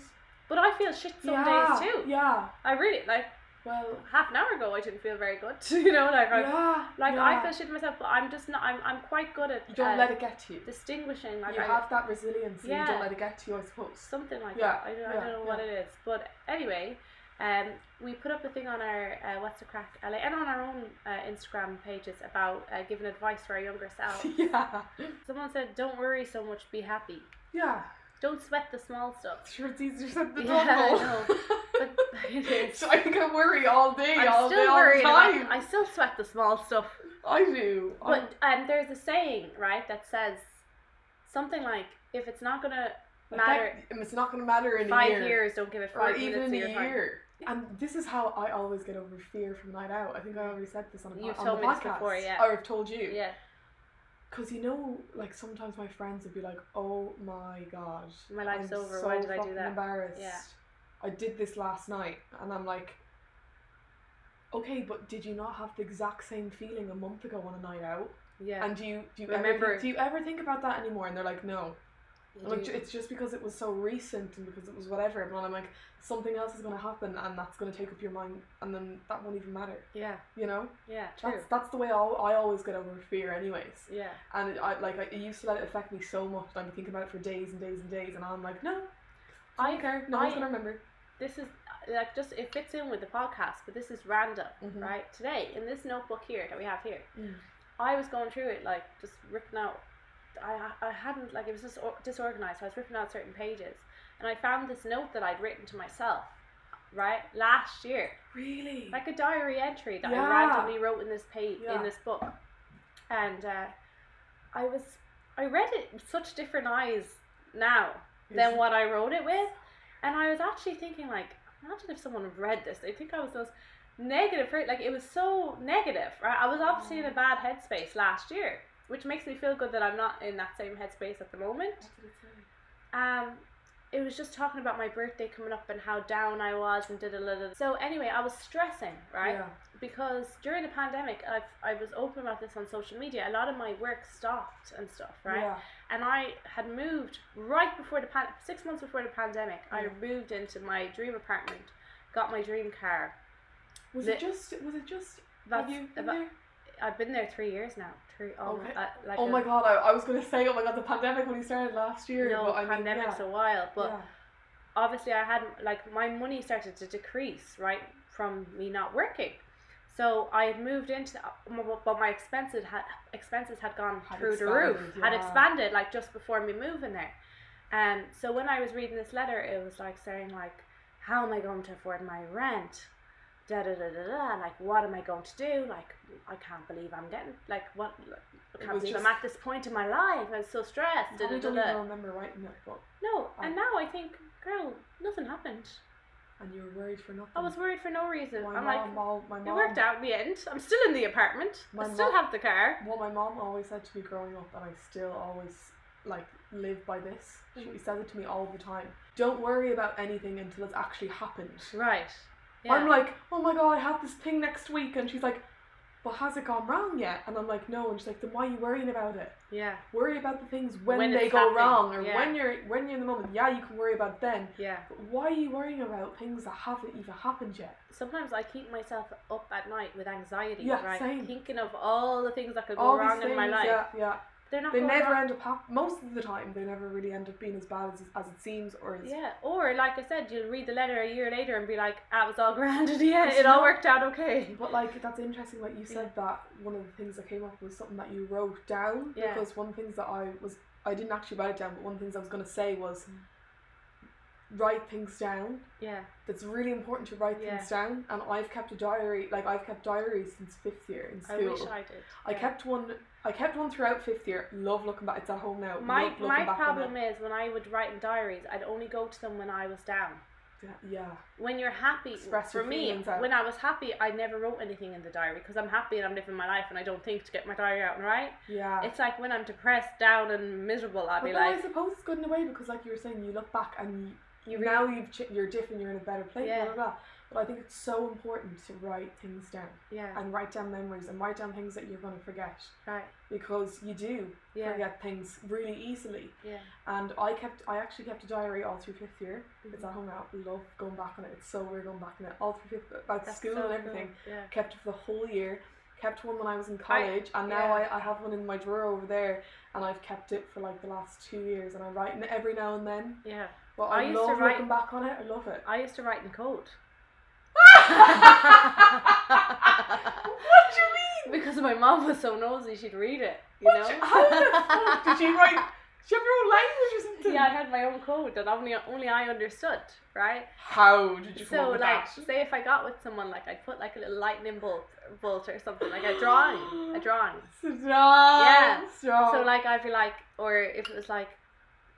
But I feel shit some
yeah,
days too.
Yeah.
I really like
Well.
half an hour ago. I didn't feel very good. You know, like I
yeah.
like
yeah.
I feel shit myself. But I'm just not. I'm I'm quite good at.
you don't
uh,
let it get to you.
distinguishing. Like
you
I,
have that resilience. and You
Yeah.
don't let it get to you. I suppose.
something like
Yeah,
that. I don't, I
yeah,
don't know what it is, but anyway, um, we put up a thing on our uh, What's the Crack LA and on our own uh, Instagram pages about uh, giving advice to our younger self.
yeah.
Someone said, "Don't worry so much, be happy.
Yeah.
Don't sweat the small stuff."
Sure, it's easier said than
Yeah, I
done.
know. But it is.
so I think I worry all day, all
I'm
day,
still
all the
worried.
time. Oh.
About, I still sweat the small stuff.
I do.
But um, there's a saying right that says something like, "If it's not gonna
I'm,
matter
Like, it's not going to matter in
five
a year,
years, don't give it
or
five
even
minutes
in
of
a
your time."
year. And this is how I always get over fear from night out. I think I already said this on, a po-
You've
on
told
the
me this
podcast,
before, yeah.
or I've told you.
Yeah,
Because you know, like sometimes my friends would be like, "Oh my god,
My life's
I'm
over,
So
why did I do
fucking
that?"
Embarrassed.
Yeah.
I did this last night, and I'm like, okay, but did you not have the exact same feeling a month ago on a night out?
yeah.
And do you do you ever
Remember-
think, do you ever think about that anymore? And they're like, no.
You
I'm like,
do-
it's just because it was so recent and because it was whatever. But I'm like, something else is going to happen, and that's going to take up your mind, and then that won't even matter.
yeah,
You know,
yeah. True.
that's that's the way I, I always get over fear, anyways.
Yeah.
And I like I, it used to let it affect me so much. that I'd be thinking about it for days and days and days, and I'm like, no, I don't care. No one's
I-
going to remember.
This is uh, like just it fits in with the podcast, but this is random,
Mhm.
right? Today in this notebook here that we have here,
Mm.
I was going through it like just ripping out. I I hadn't like it was just or- disorganized. So I was ripping out certain pages, and I found this note that I'd written to myself, right, last year,
Really?
like a diary entry that
Yeah.
I randomly wrote in this page
Yeah.
in this book, and uh, I was I read it with such different eyes now than what I wrote it with, and I was actually thinking like, imagine if someone read this, they think I was those negative, per- like it was so negative, right? I was obviously in a bad headspace last year, which makes me feel good that I'm not in that same headspace at the moment
What did it say?
um it was just talking about my birthday coming up and how down I was and da da da da. So anyway, I was stressing, right?
Yeah.
Because during the pandemic, I've, I was open about this on social media. A lot of my work stopped and stuff, right?
Yeah.
And I had moved right before the pan- six months before the pandemic.
Yeah.
I moved into my dream apartment, got my dream car.
Was
The-
it just? Was it just?
That's
have you been
about-
there?
I've been there three years now. Three, oh,
Okay.
uh, like
oh
a-
my god! I, I was gonna say, oh my god, the pandemic only started last year.
No,
but I mean,
pandemic's
yeah,
a while, but
yeah.
obviously I had like my money started to decrease right from me not working. So I had moved into, but my expenses had expenses had gone
Had
through the roof,
expanded,
had
yeah.
expanded like just before me moving there. And so when I was reading this letter, it was like saying like, how am I going to afford my rent? Da da da da da. Like, what am I going to do? Like, I can't believe I'm getting like what. I can't
was
believe I'm
just-
at this point in my life. I'm so stressed. Da,
I
da,
don't
da,
even
da.
remember writing that book,
No,
I-
and now I think, girl, nothing happened.
and you were worried for nothing.
I was worried for no reason.
Mm. My
I'm
mom,
like,
all, my mom,
it worked out in the end. I'm still in the apartment.
My
I still
mom-
have the car.
What my mom always said to me growing up, and I still always like live by this.
Mm.
She says it to me all the time. Don't worry about anything until it's actually happened.
Right.
I'm like, oh my god, I have this thing next week, and she's like, but has it gone wrong yet? And I'm like, no. And she's like, then why are you worrying about it?
yeah,
Worry about the things when,
When
they
it's
go
happening,
wrong, or
yeah.
when you're when you're in the moment. Yeah, you can worry about it then.
yeah.
But why are you worrying about things that haven't even happened yet?
Sometimes I keep myself up at night with anxiety,
Yeah,
right?
same.
Thinking of all the things that could go
All these
wrong
things,
in my life.
yeah, yeah.
They're not
They
going
never
wrong.
end up hap- most of the time. They never really end up being as bad as, as it seems, or as
Yeah, or like I said, you'll read the letter a year later and be like, ah, it was all grand in the end.
It's
It all
not-
worked out okay.
But like that's interesting that you said that one of the things that came up was something that you wrote down
Yeah.
because one of the things that I was I didn't actually write it down, but one of the things I was gonna say was
Hmm.
write things down.
Yeah,
That's really important to write
Yeah.
things down. And I've kept a diary like I've kept diaries since fifth year in
I
school.
wish I did.
I
Yeah.
kept one I kept one throughout fifth year. Love looking back it's at home now.
My
Love looking
my
back on
problem
it.
is when I would write in diaries, I'd only go to them when I was down.
Yeah, yeah.
When you're happy,
Express
for
your
me,
feelings out.
when I was happy, I never wrote anything in the diary because I'm happy and I'm living my life and I don't think to get my diary out and write.
Yeah.
It's like when I'm depressed, down, and miserable, I'll
but
be
then
like,
I suppose it's good in a way because, like you were saying, you look back and you,
You
now you've ch- you're different, you're in a better place,
Yeah.
blah, blah, blah. But I think it's so important to write things down
yeah,
and write down memories and write down things that you're going to forget
right,
because you do
yeah,
forget things really easily.
yeah.
And I kept, I actually kept a diary all through fifth year. It's
Mhm.
at home now. Love going back on it. It's so weird going back on it all through fifth, about
That's
school
so
and everything.
cool, Yeah.
Kept it for the whole year. Kept one when I was in college, and now
yeah.
I, I have one in my drawer over there, and I've kept it for like the last two years, and I write in it every now and then.
Yeah,
But
I
I,
used to
love
write-
looking back on it. I love it.
I used to write in code.
what do you mean?
Because my mom was so nosy, she'd read it, you
What
know?
you- how the fuck did you write? Do you have your own language or something?
yeah, I had my own code that only only I understood, right?
How did you? come
So
up with
like,
that?
say if I got with someone, like I'd put like a little lightning bolt, bolt or something, like a drawing, a drawing.
Stop.
Yeah.
Stop.
So like I'd be like, or if it was like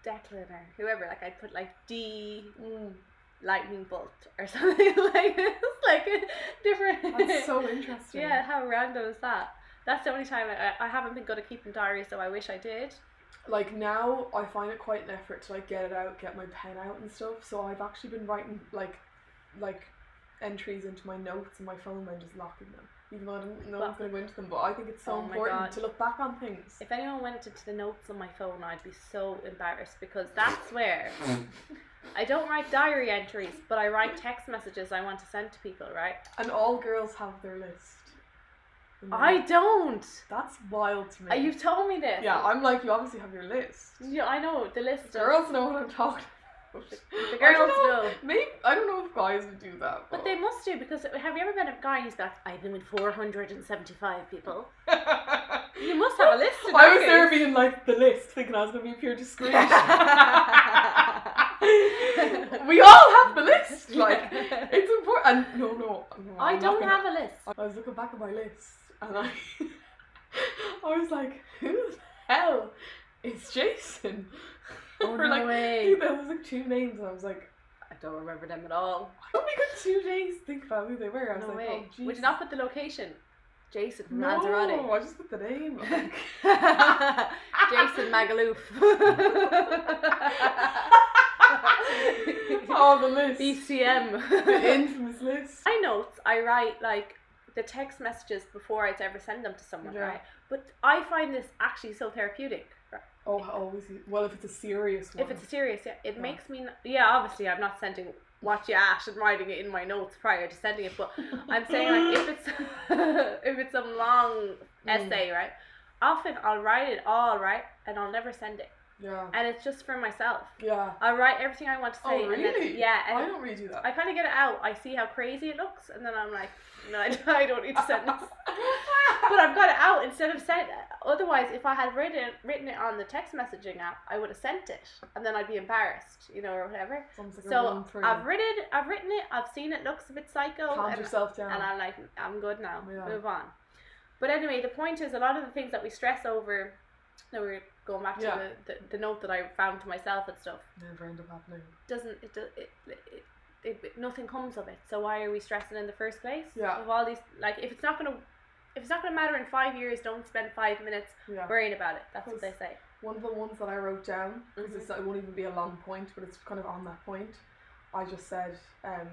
Declan or whoever, like I'd put like D
Mm,
lightning bolt or something like it's like different.
that's so interesting.
yeah, how random is that? That's the only time I, I haven't been good at keeping diaries, so I wish I did.
like now I find it quite an effort to like get it out, get my pen out and stuff. So I've actually been writing like like entries into my notes and my phone and just locking them. Even though I don't know
But-
what's gonna go into them, but I think it's so
Oh my
important
God.
to look back on things.
If anyone went into the notes on my phone, I'd be so embarrassed because that's where I don't write diary entries, but I write text messages I want to send to people, right?
And all girls have their list. And
I don't.
that's wild to me.
Uh, You've told me this.
yeah, I'm like you obviously have your list.
Yeah, I know the list. of-
Girls know what I'm talking about.
the
I
girls
don't know,
know.
Maybe I don't know if guys would do that,
But they must do because have you ever met a guy and he's like, I've been with 475 people? You must have a list. in
I
that
was there
case.
being like the list, thinking I was going to be pure discreet. we all have the list. Like it's important. And no, no, no.
I
I'm not
don't
gonna-
have a list.
I was looking back at my list and I, I was like, who the hell is Jason?
Oh,
Or
no
like,
way.
There was like two names and I was like,
I don't remember them at all.
I only got two days to think about who they were. I was
No
like,
way.
oh, Jesus.
Would you not put the location? Jason from
no,
Lanzarote.
I just put the name.
Jason Magaluf.
oh, the list. the
BCM.
infamous list.
I notes I write like the text messages before I'd ever send them to someone,
Yeah.
right? But I find this actually so therapeutic. Right?
Oh, I always. Well, if it's a serious one.
If it's serious, yeah, it
Yeah.
makes me. n yeah, obviously I'm not sending what you asked and writing it in my notes prior to sending it, but I'm saying like if it's if it's some long
Mm.
essay, right? Often I'll write it all, right, and I'll never send it,
yeah,
and it's just for myself.
yeah.
I'll write everything I want to say.
Oh,
And then,
really?
yeah, and
I don't really do that.
I kind of get it out. I see how crazy it looks, and then I'm like, no, I don't- I don't need to send this. But I've got it out instead of sent. Otherwise, if I had written written it on the text messaging app, I would have sent it, and then I'd be embarrassed, you know, or whatever.
Sounds like a
So
run-through.
I've written, it- I've written it. I've seen it looks a bit psycho,
Calms
and,
yourself down.
and I'm like, I'm good now.
Yeah.
Move on. But anyway, the point is, a lot of the things that we stress over. No, we're going back to
Yeah.
the, the, the note that I found to myself and stuff
Never end up happening.
doesn't it, do- it, it, it, it nothing comes of it so why are we stressing in the first place
Yeah.
of all these like if it's not gonna if it's not gonna matter in five years don't spend five minutes
Yeah.
worrying about it that's what they
Because-
say
One of the ones that I wrote down because
Mhm.
it's it won't even be a long point, but it's kind of on that point. I just said um,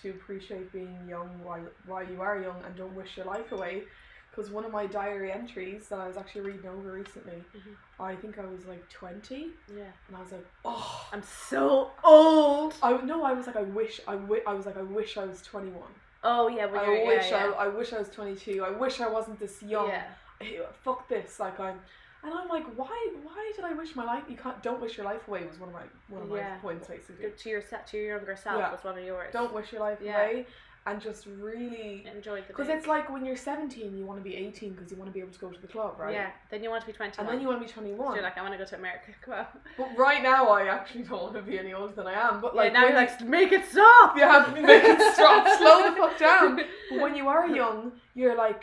to appreciate being young while while you are young, and don't wish your life away. Because one of my diary entries that I was actually reading over recently,
Mhm.
I think I was like twenty,
yeah
and I was like, oh,
i'm so old
I no, I was like, I wish, I, wi- I was like, I wish I was twenty one.
oh yeah when
I
you're
wish
yeah, yeah.
I, I wish I was 22. I wish I wasn't this young.
yeah
Hey, Fuck this. Like I'm, and I'm like, why? Why did I wish my life? You can't. Don't wish your life away was one of my one of
Yeah.
my points basically.
Good to your se- to your younger self
Yeah.
was one of yours
Don't wish your life
Yeah.
away, and just really
enjoy the
because
day.
it's like when you're 17, you want to be 18 because you want to be able to go to the club, right?
yeah then you want to be 21
And then you want to be 21.
are like i want to go to america come on
but right now, I actually don't want to be any older than I am. But
like,
like
yeah, now
when
you're
you-
like make it stop
yeah, make it stop, slow the fuck down. But when you are young, you're like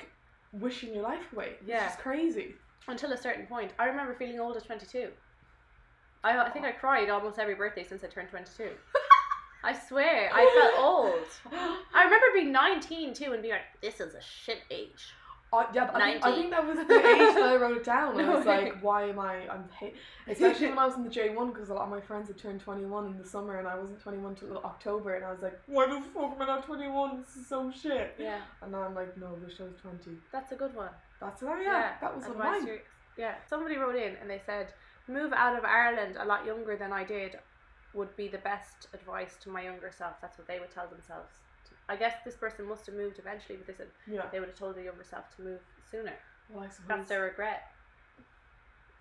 wishing your life away.
Yeah.
It's just crazy.
until a certain point. I remember feeling old at 22. I, I think I cried almost every birthday since I turned 22. I swear, I felt old. I remember being 19 too and being like, this is a shit age.
Uh, yeah, but I think, I
90.
think that was the age that I wrote it down. I
No
was
way.
like, why am I? I'm hate. Especially when I was in the J1 because a lot of my friends had turned 21 in the summer and I wasn't 21 till October and I was like, why the fuck am I not 21? This is so shit.
Yeah,
And now I'm like, no, wish I was 20.
that's a good one.
That's oh yeah, that was one of
advice
mine.
you're- Yeah, somebody wrote in and they said, move out of Ireland a lot younger than I did would be the best advice to my younger self. That's what they would tell themselves. I guess this person must have moved eventually, but they said
Yeah.
they would have told their younger self to move sooner.
Well, I
That's
suppose.
their regret.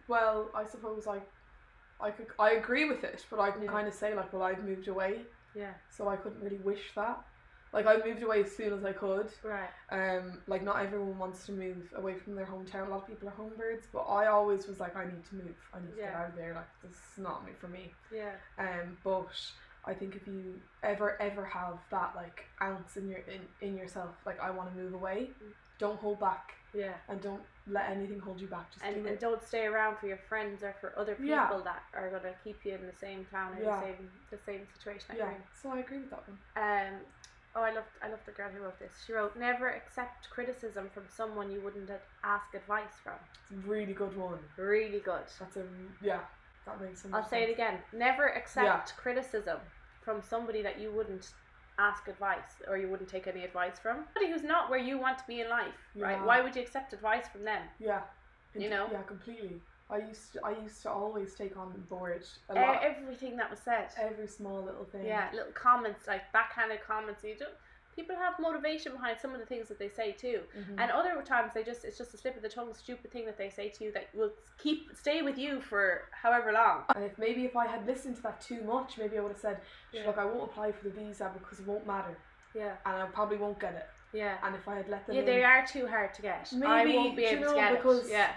Well, I suppose I, I could. I agree with it, but I can
Yeah.
kind of say like, well, I've moved away,
Yeah,
so I couldn't really wish that. Like I moved away as soon as I could.
right.
Um, like not everyone wants to move away from their hometown. A lot of people are homebirds, but I always was like, I need to move. I need to get
Yeah.
out of there. Like this is not me for me.
Yeah.
Um, but I think if you ever ever have that like ounce in your in, in yourself, like I want to move away,
Mm.
don't hold back
Yeah,
and don't let anything hold you back. Just
and,
do
and
it.
don't stay around for your friends or for other people
Yeah.
that are gonna keep you in the same town or
Yeah.
the same the same situation. that
Yeah.
you're in.
So I agree with that one.
Um. Oh, I loved I loved the girl who wrote this. She wrote, "Never accept criticism from someone you wouldn't ad- ask advice from."
It's a really good one.
Really good.
That's a yeah. That makes so much
I'll say it
sense.
again. Never accept criticism from somebody that you wouldn't ask advice or you wouldn't take any advice from. Somebody who's not where you want to be in life, right?
Yeah.
Why would you accept advice from them?
Yeah.
You know?
Yeah, completely. I used to, I used to always take on board a
E-
lot
everything that was said.
every small little thing.
Yeah, little comments like backhanded comments. You don't. People have motivation behind some of the things that they say too,
Mhm.
and other times they just it's just a slip of the tongue, stupid thing that they say to you that will keep stay with you for however long.
And if maybe if I had listened to that too much, maybe I would have said,
Yeah.
"Look, I won't apply for the visa because it won't matter,
Yeah,
and I probably won't get it."
yeah,
And if I had let them
yeah.
in
They are too hard to get. I
Maybe,
won't be
do you
able
know,
to get
because-
it. Yeah,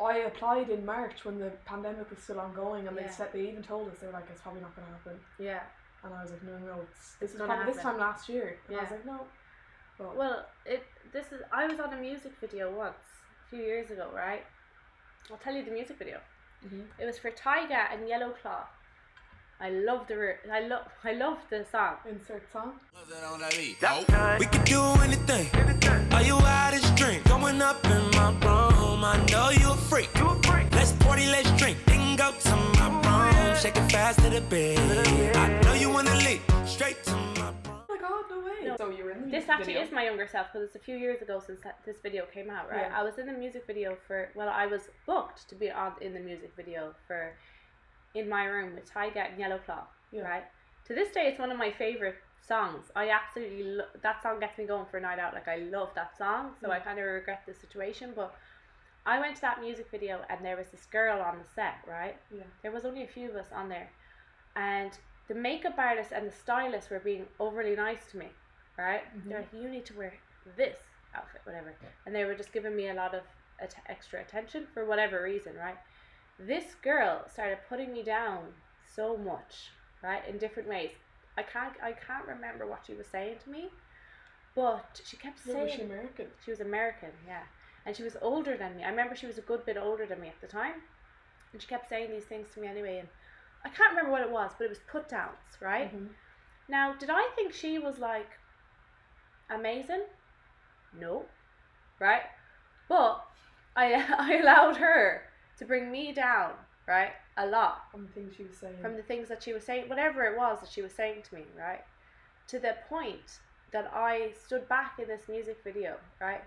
I applied in March when the pandemic was still ongoing, and
Yeah.
they said they even told us they were like, "It's probably not going to happen."
Yeah.
And I was like, "No, no, it's, this
It's
was
gonna
probably this
happen.
time last year." And I was
Yeah.
like, "No." But
Well, it this is I was on a music video once a few years ago, right? I'll tell you the music video.
Mhm.
It was for Tyga and Yellow Claw. I love the re- I love I love the song.
insert song.
We could do anything. Are you out as drink? Going up in my room. I know you a freak. Oh, Let's party, let's drink. Then go to my room. Shake it fast to the bed. I know you wanna leave. Straight to my room.
Oh my god, no way!
No.
So you were in the
This
music
actually
video.
is my younger self because it's a few years ago since that, this video came out, right?
Yeah.
I was in the music video for well, I was booked to be on in the music video for in my room with Tyga and Yellow Claw,
Yeah.
right? To this day, it's one of my favorite songs. I absolutely lo- that song gets me going for a night out. Like I love that song, so I kind of regret the situation. But I went to that music video and there was this girl on the set, right?
Yeah.
There was only a few of us on there, and the makeup artist and the stylist were being overly nice to me, right?
Mm-hmm.
They're like, you need to wear this outfit, whatever, and they were just giving me a lot of at- extra attention for whatever reason, right? This girl started putting me down so much, right, in different ways. I can't, I can't remember what she was saying to me, but she kept
No,
saying
was she American?
she was American, yeah. And she was older than me. I remember she was a good bit older than me at the time. And she kept saying these things to me anyway. And I can't remember what it was, but it was put downs, right?
Mhm.
Now, did I think she was like amazing? No, right? But I, I allowed her to bring me down, right? A lot
From the thing she was saying.
from the things that she was saying, whatever it was that she was saying to me, right? To the point that I stood back in this music video, right?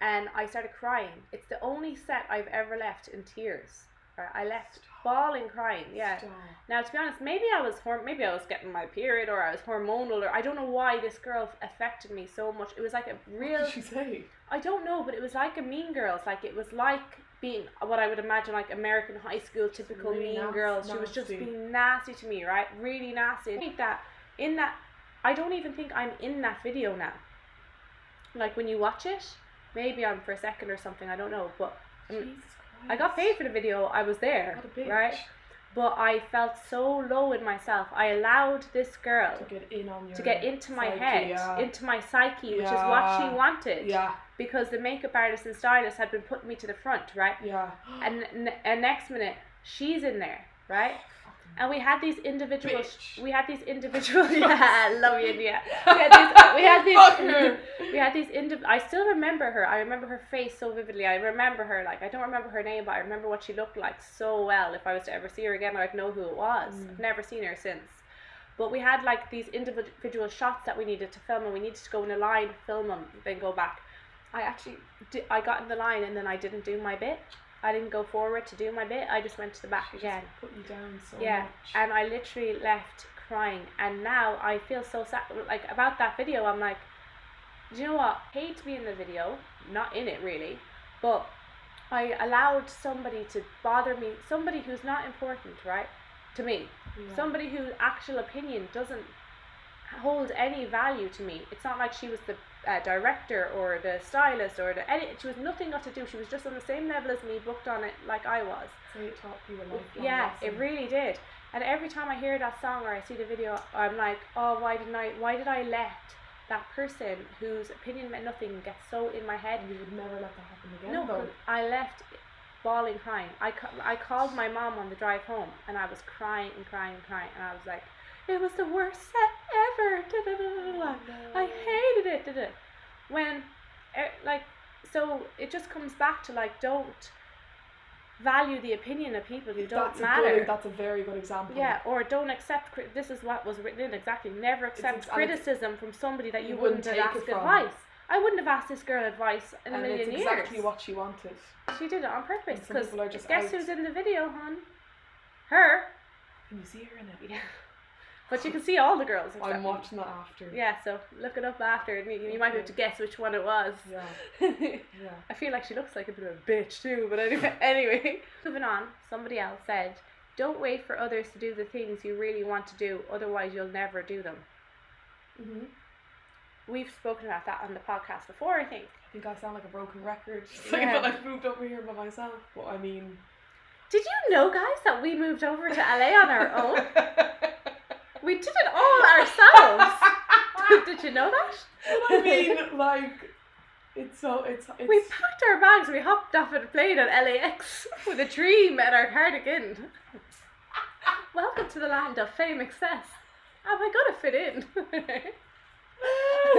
And I started crying. It's the only set I've ever left in tears. Right? I left bawling, crying. Yeah.
Stop.
Now, to be honest, maybe I was horm- maybe I was getting my period, or I was hormonal, or I don't know why this girl affected me so much. It was like a
What
real
did she say?
I don't know, but it was like a Mean Girls. Like it was like being what I would imagine like American high school typical
Really
Mean
nas-
Girls. She was just
nasty.
being nasty to me, right? Really nasty. I think that in that, I don't even think I'm in that video now. Like when you watch it, maybe I'm for a second or something. I don't know, but um,
Jesus Christ.
I got paid for the video. I was there,
What a bitch.
right? But I felt so low in myself. I allowed this girl
To get in on your.
to get into my
psyche,
head,
yeah.
into my psyche, which is what she
Yeah.
wanted
Yeah,
because the makeup artist and stylist had been putting me to the front, right?
yeah.
And n- and next minute she's in there, right? And we had these individual,
Bitch.
we had these individual, yeah, I love you, India. We had these, we had
Fuck
these,
her.
we had these indiv- I still remember her. I remember her face so vividly. I remember her like I don't remember her name, but I remember what she looked like so well. If I was to ever see her again, I'd know who it was.
Mm.
I've never seen her since. But we had like these individual shots that we needed to film, and we needed to go in a line, film them, then go back. I actually, di- I got in the line, and then I didn't do my bit. I didn't go forward to do my bit. I just went to the back
She just
again.
Put you down so
Yeah,
much.
and I literally left crying, and now I feel so sad. Like about that video, I'm like, do you know what? Hate to be in the video, not in it really, but I allowed somebody to bother me, somebody who's not important, right, to me,
Yeah.
somebody whose actual opinion doesn't hold any value to me. It's not like she was the uh, director or the stylist or the edit. She was nothing got to do. She was just on the same level as me, booked on it like I was.
Say it taught you a lifelong
Yeah,
lesson.
it really did. And every time I hear that song or I see the video, I'm like, oh, why didn't I? Why did I let that person whose opinion meant nothing get so in my head?
And you would never let that happen again.
No,
though.
'cause I left bawling, crying. I, ca- I called my mom on the drive home, and I was crying and crying and crying, and I was like, it was the worst set ever. Da, da, da, da, da. I hated it. Da, da. When, eh, like, so it just comes back to like, don't value the opinion of people who don't
that's A
matter.
good, that's a very good example.
Yeah, or don't accept. Cri- this is what was written in exactly. Never accept
ex- and it's-
criticism from somebody that you,
you
wouldn't,
wouldn't take
have
it
asked
from.
advice. I wouldn't have asked this girl advice in
and
a million
it's exactly
years.
what she wanted.
she did it on purpose.
And some
Because
people are just
guess
out.
who's in the video, hon? Her.
Can you see her in it?
Yeah. But you can see all the girls.
I'm
except-
watching that after.
Yeah, so look it up after, and you, you might be able to guess which one it was.
Yeah. Yeah.
I feel like she looks like a bit of a bitch too, but anyway, anyway. Moving on, somebody else said, "Don't wait for others to do the things you really want to do, otherwise you'll never do them."
Mm-hmm.
We've spoken about that on the podcast before, I think.
I think I sound like a broken record. Just like,
Yeah.
But I've moved over here by myself. But I mean.
Did you know, guys, that we moved over to LA on our own? We did it all ourselves. did you know that?
I mean, like, it's so it's it's
We packed our bags, we hopped off at a plane at LAX with a dream and our cardigan. Welcome to the land of fame excess. Am I gonna fit in?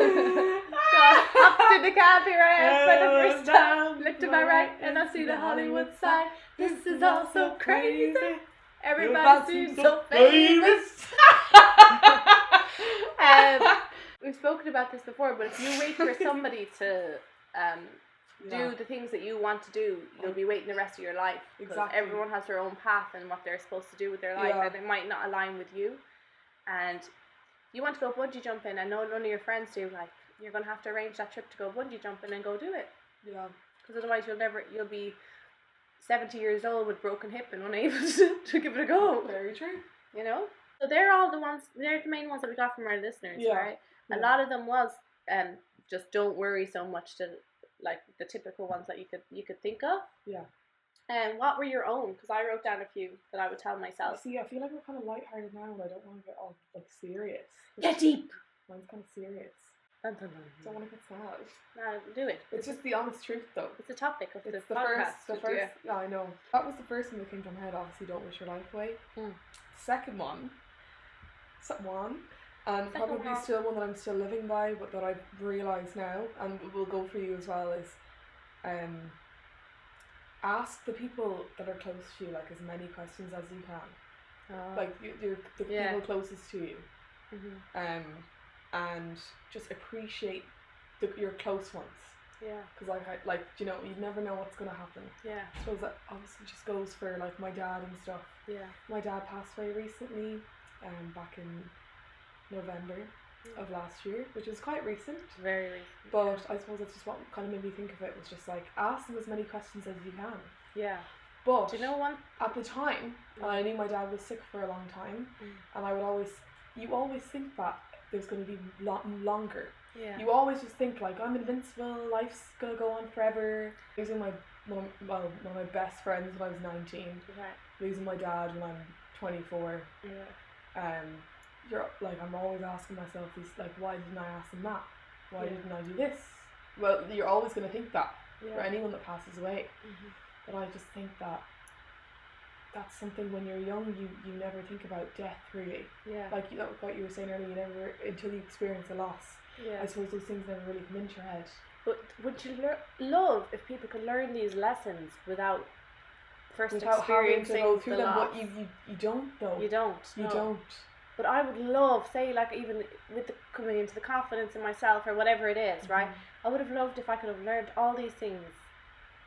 So I hopped in the cab, here I am for the first time. Look to Oh, my right and I see the Hollywood sign. This is all so crazy. Everybody seems so famous. Um, we've spoken about this before, but if you wait for somebody to um, do
Yeah.
the things that you want to do, you'll be waiting the rest of your life. 'cause
Exactly.
Everyone has their own path and what they're supposed to do with their life,
Yeah.
and it might not align with you. And you want to go bungee jumping, and no none of your friends do. Like you're gonna have to arrange that trip to go bungee jumping and go do it,
Yeah.
because otherwise you'll never you'll be seventy years old with broken hip and unable to, to give it a go.
Very true.
You know. So they're all the ones. They're the main ones that we got from our listeners,
Yeah.
right? A
Yeah.
lot of them was um just don't worry so much to like the typical ones that you could you could think of.
Yeah.
And what were your own? Because I wrote down a few that I would tell
You
myself.
See, I feel like we're kind of lighthearted now, and I don't want to get all like serious.
Get deep.
Mine's kind of serious.
Dun, dun,
I
dun.
don't want to get sad.
Now do it.
It's just the honest truth, though.
It's the topic of
It's
the,
the
podcast.
first, the first. Yeah. I know. That was the first one that came to my head. Obviously, don't wish your life away.
Hmm.
Second one, se- one, and
Second
probably
one.
still one that I'm still living by, but that I've realised now, and will go for you as well is, um, ask the people that are close to you like as many questions as you can,
Oh.
like you, you're the
Yeah.
people closest to you,
Mhm.
um, and just appreciate the, your close ones.
yeah,
Because like, I, like you know, you never know what's gonna happen
yeah,
suppose that obviously just goes for like my dad and stuff.
yeah.
My dad passed away recently, um, back in November of last year, which is quite recent.
It's very recent.
But I suppose that's just what kind of made me think of it was just like ask them as many questions as you can.
yeah.
But
Do you know one?
at the time, and I knew my dad was sick for a long time,
Mm.
and I would always, you always think that there's going to be lo- longer.
Yeah.
You always just think like I'm invincible, life's gonna go on forever. Losing my one, of- well, one of my best friends when I was 19,
Right.
losing my dad when I'm 24.
Yeah.
Um, you're like I'm always asking myself these like why didn't I ask him that? Why
Yeah.
didn't I do this? Well, you're always gonna think that
Yeah.
for anyone that passes away.
Mhm.
But I just think that that's something when you're young you you never think about death really.
Yeah.
Like you know what you were saying earlier, you never until you experience a loss.
yeah.
I suppose those things never really come into your head.
But would you lear- love if people could learn these lessons without first
without having to
experiencing
go through
the
them. But
loss?
you, you, you don't though.
You don't.
You
no.
don't.
But I would love, say, like even with the, coming into the confidence in myself or whatever it is, right?
Mm-hmm.
I would have loved if I could have learned all these things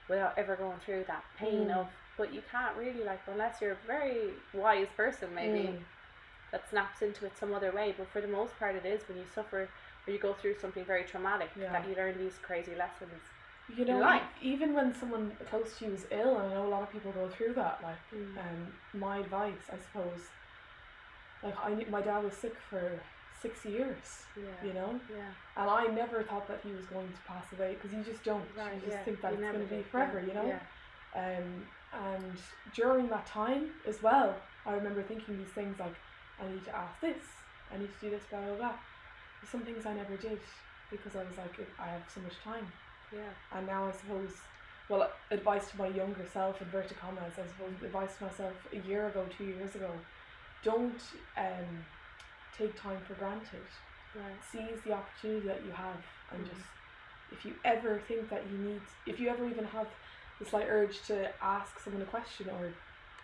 without ever going through that pain
Mm.
of. But you can't really like unless you're a very wise person, maybe
Mm.
that snaps into it some other way. But for the most part, it is when you suffer or you go through something very traumatic
Yeah.
that you learn these crazy lessons.
You know,
life.
e- even when someone close to you is ill, and I know a lot of people go through that. Like, um, my advice, I suppose, like I knew my dad was sick for six years.
Yeah.
You know,
Yeah.
and I never thought that he was going to pass away because you just don't. you just think that
you
it's
never
going to
do.
be forever.
Yeah,
You know.
Yeah.
Um, and during that time as well, I remember thinking these things like, I need to ask this, I need to do this, blah, blah, blah. Some things I never did because I was like, I have so much time.
Yeah.
And now I suppose, well, advice to my younger self, inverted commas, I suppose, advice to myself a year ago, two years ago, don't um, take time for granted.
Right.
Seize the opportunity that you have and
Mhm.
just, if you ever think that you need, if you ever even have the slight urge to ask someone a question or,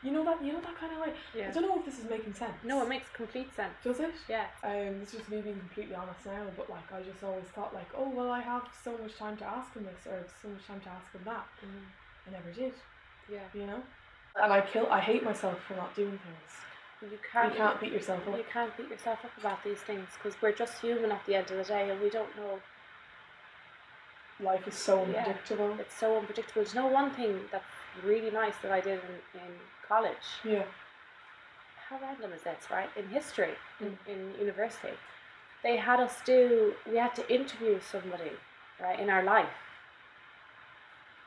you know that, you know that kind of way. I
Yeah.
don't know if this is making sense.
No, it makes complete sense.
Does it?
Yeah.
Um, it's just me being completely honest now, but like I just always thought like, oh well, I have so much time to ask him this or so much time to ask him that. I never did,
Mm-hmm. Yeah.
you know. And I kill, I hate myself for not doing things.
You can't.
You can't beat yourself up.
You can't beat yourself up about these things because we're just human at the end of the day, and we don't know.
Life is so
Yeah.
unpredictable.
It's so unpredictable. Do you know one thing that's really nice that I did in, in college?
Yeah. Mm.
How random is this, right? In history, in, in university, they had us do, we had to interview somebody, right, in our life.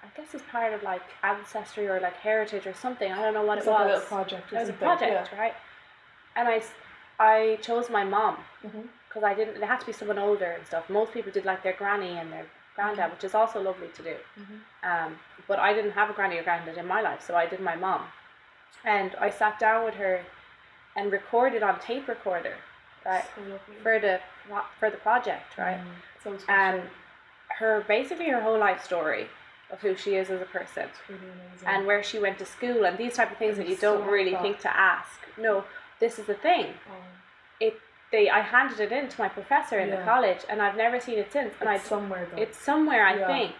I guess it's part of like ancestry or like heritage or something. I don't know what
It's
it
like a
was.
little
it
project.
was a
isn't it?
project, right? And I, s- I chose my mom
Yeah. hmm
because I didn't. There had to be someone older and stuff. Most people did like their granny and their
Mm-hmm.
granddad, which is also lovely to do.
Mhm.
Um, but I didn't have a granny or granddad in my life, so I did my mom, and I sat down with her, and recorded on tape recorder, right,
So lovely.
for the pro- for the project, right.
Mm. So it's
Um,
really-
her basically her whole life story of who she is as a person
it's really amazing.
and where she went to school and these type of things that you
It's
don't
so
really
like
think to ask. No, this is the thing.
Um,
They I handed it in to my professor in the
Yeah.
college and I've never seen it since. And I
it's somewhere though.
it's somewhere I
Yeah.
think.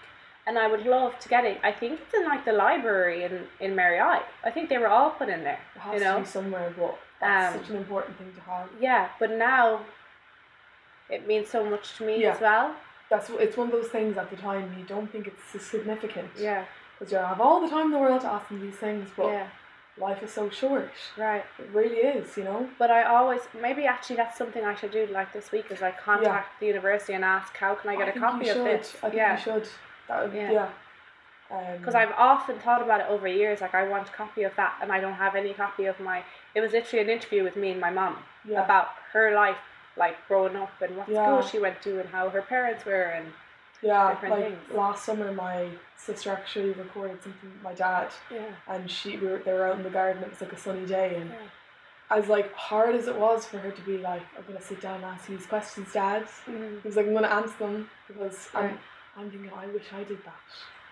And I would love to get it. I think it's in like the library in, in Mary I. I think they were all put in there.
it has
you
to
know.
be somewhere, but that's
um,
such an important thing to have.
Yeah, but now it means so much to me
Yeah.
as well.
That's it's one of those things at the time you don't think it's so significant.
Yeah.
Because you have all the time in the world to ask them these things, but
yeah.
life is so short.
Right.
It really is, you know.
But I always maybe actually that's something I should do like this week is like contact the university and ask how can I get a
think
copy
you
of
should.
this?
I think
yeah,
you should. That would,
Yeah.
yeah. Um,
because I've often thought about it over years. Like I want a copy of that, and I don't have any copy of my. It was literally an interview with me and my mum
yeah.
about her life, like growing up and what
Yeah.
school she went to and how her parents were and
yeah,
different
like
things.
last summer, my sister actually recorded something with my dad,
yeah,
and she we were, they were out in the garden. It was like a sunny day, and
Yeah.
as like hard as it was for her to be like, I'm gonna sit down and ask you these questions, Dad.
Mm-hmm.
He was like, I'm gonna answer them because
Right.
I'm, I'm thinking, I wish I did that.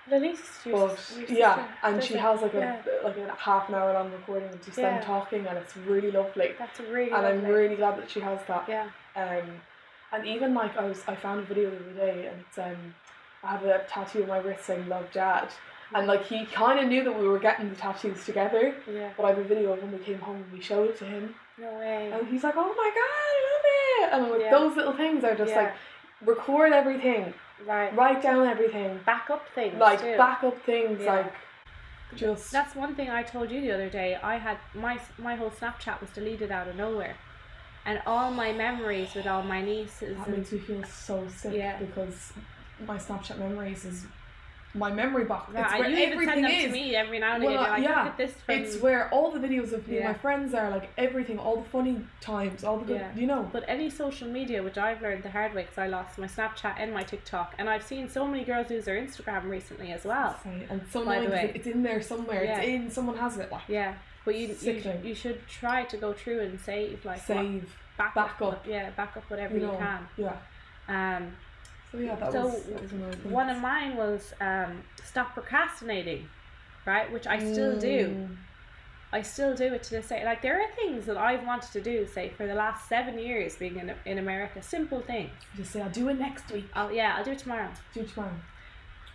But at least your
But
sis- your
yeah,
sister
and
does
she
it.
has like a
Yeah.
like a half an hour long recording of just
Yeah.
them talking, and it's really lovely.
That's really.
and I'm
lovely.
really glad that she has that.
Yeah.
Um, and even like I was, I found a video the other day, and it's um, I have a tattoo on my wrist saying "Love Dad," and like he kind of knew that we were getting the tattoos together.
Yeah.
But I have a video of when we came home and we showed it to him,
No way.
and he's like, "Oh my god, I love it!" And I'm like,
Yeah.
those little things are just
Yeah.
like record everything,
right.
write down everything,
Back up things.
like
too.
back up things,
Yeah.
like just
That's one thing I told you the other day. I had my my whole Snapchat was deleted out of nowhere, and all my memories with all my nieces.
That
And,
makes me feel so sick
Yeah.
because my Snapchat memories is my memory box.
Yeah,
it's
and
where
you even
everything
send them
is.
to me every now and again.
Well,
You're like,
yeah,
look at this. From,
It's where all the videos of me
Yeah.
and my friends are, like everything, all the funny times, all the good,
Yeah.
you know.
but any social media, which I've learned the hard way, because I lost my Snapchat and my TikTok, and I've seen so many girls lose their Instagram recently as well.
Sorry, and so
By the
annoying 'cause
way.
it's in there somewhere.
Yeah.
It's in someone has it. Like
Yeah, but you you,
Sickening.
you should try to go through and save like what-
save,
back,
back
up,
up,
yeah back up whatever
you
you,
know.
can.
Yeah.
Um,
So yeah, that
So,
was, that was one of the
One
things.
of mine was um, stop procrastinating, right? Which I still do.
Mm,
I still do it to this day. Like there are things that I've wanted to do, say for the last seven years being in, in America, simple things.
Just say I'll do it next week.
I'll, yeah, I'll do it tomorrow.
Do it tomorrow.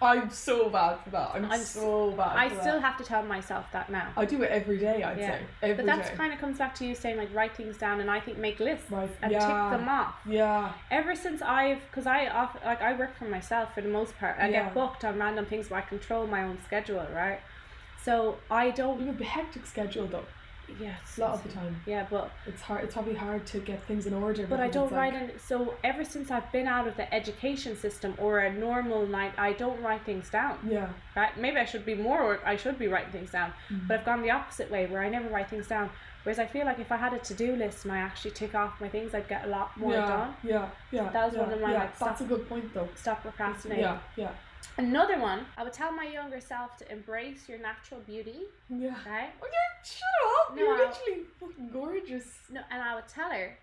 I'm so bad for that. I'm,
I'm s-
so bad.
I
for that.
still have to tell myself that now.
I do it every day. I'd
Yeah.
say every
But that's
day.
kind of comes back to you saying like write things down, and I think make lists
Right,
and
yeah.
tick them off.
Yeah,
Ever since I've, because I off, like I work for myself for the most part. I
Yeah.
get booked on random things, but I control my own schedule, right? So I
we
don't.
have a hectic schedule though.
Yes.
A lot of the time,
Yeah, but
it's hard. It's probably hard to get things in order.
but I
because
don't
it's like-
write in. So ever since I've been out of the education system or a normal night, I don't write things down.
Yeah,
Right? Maybe I should be more. or- I should be writing things down. Mm-hmm. But I've gone the opposite way, where I never write things down. Whereas I feel like if I had a to do list and I actually tick off my things, I'd get a lot more
yeah,
done.
yeah, yeah.
That was
yeah,
one of my,
Yeah,
like,
that's
stuff-
a good point though.
Stop procrastinating.
Yeah, yeah,
Another one. I would tell my younger self to embrace your natural beauty.
yeah.
Right?
Oh, yeah, shut up!
No,
You're
I'll-
literally fucking gorgeous.
No, and I would tell her,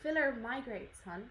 filler migrates, hun.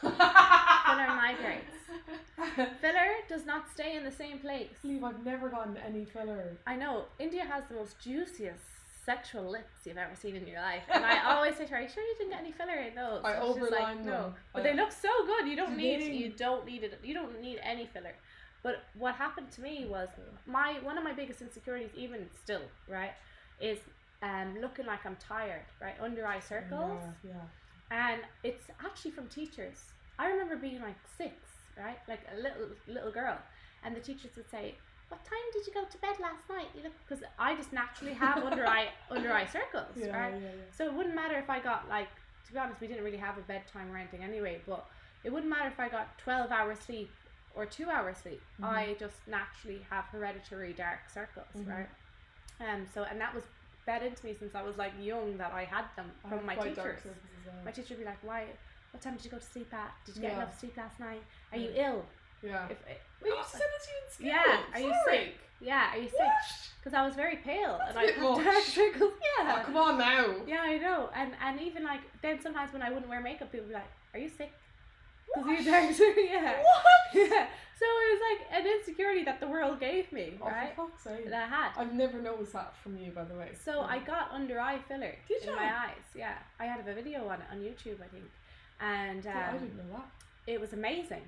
Filler
migrates. Filler does not stay in the same place.
Believe I've never gotten any filler.
I know India has the most juiciest sexual lips you've ever seen in your life, and I always say to her, "Are you sure you didn't get any filler in those?"
I
And she's like,
overline
No,
them.
but
I-
they look so good. You don't
Do
need
they?
you don't need it. You don't need any filler. But what happened to me was my one of my biggest insecurities, even still, right, is um, looking like I'm tired, right, under eye circles,
Yeah, yeah.
and it's actually from teachers. I remember being like six, right, like a little little girl, and the teachers would say, "What time did you go to bed last night?" You look because I just naturally have under eye under eye circles,
Yeah,
right?
yeah, yeah.
So it wouldn't matter if I got like to be honest, we didn't really have a bedtime or anything anyway, but it wouldn't matter if I got 12 hours sleep or two hours sleep.
Mhm.
I just naturally have hereditary dark circles,
Mhm.
right? Um, so, and that was fed into me since I was like young that I had them
I
from
have
my
quite dark
teachers.
circles as well.
My teacher would be like, why? What time did you go to sleep at? Did you get
Yeah.
enough sleep last night? Are you
Yeah.
ill?
yeah.
If it,
They used to send it to you in school.
Yeah, are you
Sorry.
sick? yeah, are you sick?
What?
Because I was very pale
That's
and
a
I
bit
had
much.
dark circles.
Oh,
Yeah.
come on now.
Yeah, I know. And and even like then sometimes when I wouldn't wear makeup, people would be like, "Are you sick?" Because
What?
you dark circles. Yeah.
What?
Yeah. So it was like an insecurity that the world gave me,
Oh,
right?
for fuck's sake.
That I had.
I've never noticed that from you, by the way.
So I got under eye filler
Did
in
you?
my eyes. Yeah, I had a video on it on YouTube, I think, and
Yeah, I didn't
um,
know that.
it was amazing.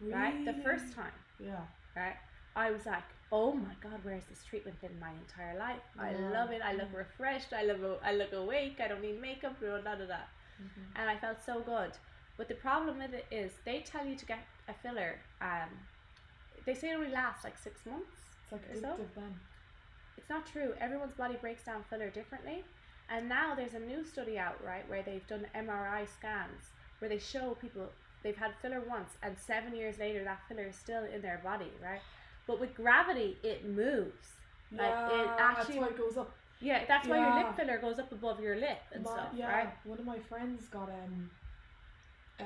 Right, the first time.
Yeah.
right? I was like, oh my god, where's this treatment been my entire life? I
Yeah.
love it. I look
Yeah.
refreshed. I love. I look awake. I don't need makeup. Blah blah blah. blah.
Mm-hmm.
And I felt so good. But the problem with it is they tell you to get a filler. Um, they say it only lasts like six months.
It's like
Is that-
addictive then.
It's not true. Everyone's body breaks down filler differently. And now there's a new study out, right, where they've done MRI scans where they show people they've had filler once and seven years later that filler is still in their body, right? But with gravity, it moves. Like, it actually-
that's why it goes up.
Yeah, that's why your
Yeah.
lip filler goes up above your lip and
My-
stuff,
yeah,
right?
one of my friends got um, a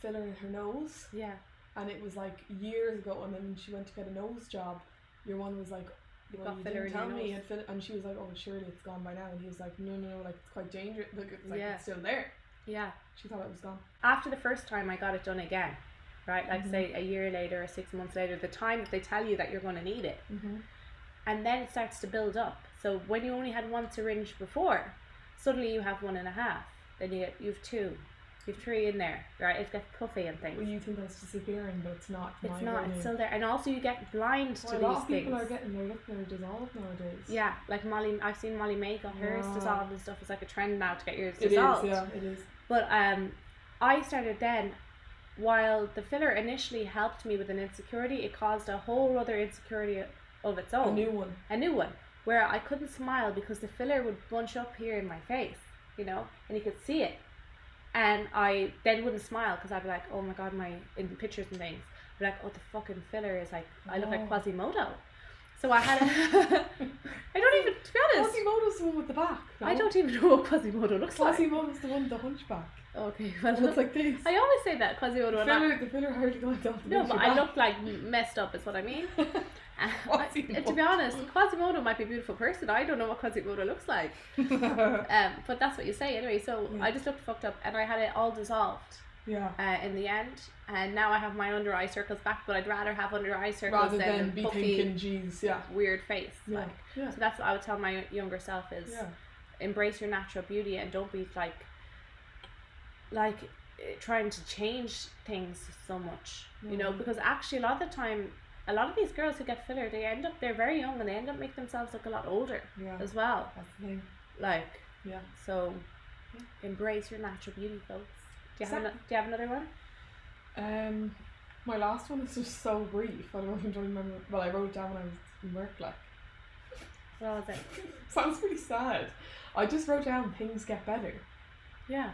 filler in her nose,
Yeah.
and it was like years ago. And then when she went to get a nose job, your one was like,
You
"Well,
got
you
filler
didn't
in
tell
your
me,"
nose.
and, fill- and she was like, "Oh, surely it's gone by now." And he was like, "No, no, no, like it's quite dangerous. Look, it's like
Yeah.
it's still there."
Yeah.
She thought it was gone.
after the first time I got it done again, right? Like
Mhm.
say a year later or six months later, the time that they tell you that you're going to need it,
Mm-hmm.
and then it starts to build up. So when you only had one syringe before, suddenly you have one and a half. Then you get you have two, you have three in there, right? It gets puffy and things.
Well, you think that's disappearing, but it's not.
it's
my
not.
opinion.
It's still there, and also you get blind
Well,
to
a lot
these
of
things.
people are getting their lip filler dissolved nowadays.
yeah, like Molly, I've seen Molly Mae got hers
Wow.
dissolved and stuff. It's like a trend now to get yours
it is.
dissolved.
Yeah, it is.
But um, I started then. While the filler initially helped me with an insecurity, it caused a whole other insecurity of its own,
A new one.
a new one, where I couldn't smile because the filler would bunch up here in my face, you know, and you could see it, and I then wouldn't smile because I'd be like, oh my god, my in pictures and things, I'd be like, oh the fucking filler is like, I look
Oh.
like Quasimodo, so I had, a I don't even to be honest,
Quasimodo's the one with the back. No?
I don't even know what Quasimodo looks like.
Quasimodo's the one with the hunchback.
Okay, well
It looks like this.
I always say that Quasimodo.
the
and I-
filler, the filler hardly goes down.
No, but I
don't.
look like m- messed up. Is what I mean. I- to be
Quasimodo.
honest, Quasimodo might be a beautiful person. I don't know what Quasimodo looks like. Um, but that's what you say anyway. So
Yeah.
I just looked fucked up, and I had it all dissolved
yeah.
uh, in the end. And now I have my under eye circles back, but I'd rather have under eye circles
Rather
than,
than
a
be
puffy,
thinking, jeez, yeah.
weird face.
Yeah.
Like,
Yeah.
so that's what I would tell my younger self is
Yeah.
embrace your natural beauty and don't be like, like eh, trying to change things so much, you know,
Mm.
because actually a lot of the time, a lot of these girls who get filler, they end up, they're very young and they end up making themselves look a lot older
Yeah.
as well.
That's the thing.
Like,
Yeah.
so
Yeah.
embrace your natural beauty, folks. Do you, have an-
Exactly.
do you have another one?
Um, my last one is just so brief. I don't even remember. Well, I wrote it down when I was in work. Like,
What was it?
sounds pretty sad. I just wrote down things get better
Yeah,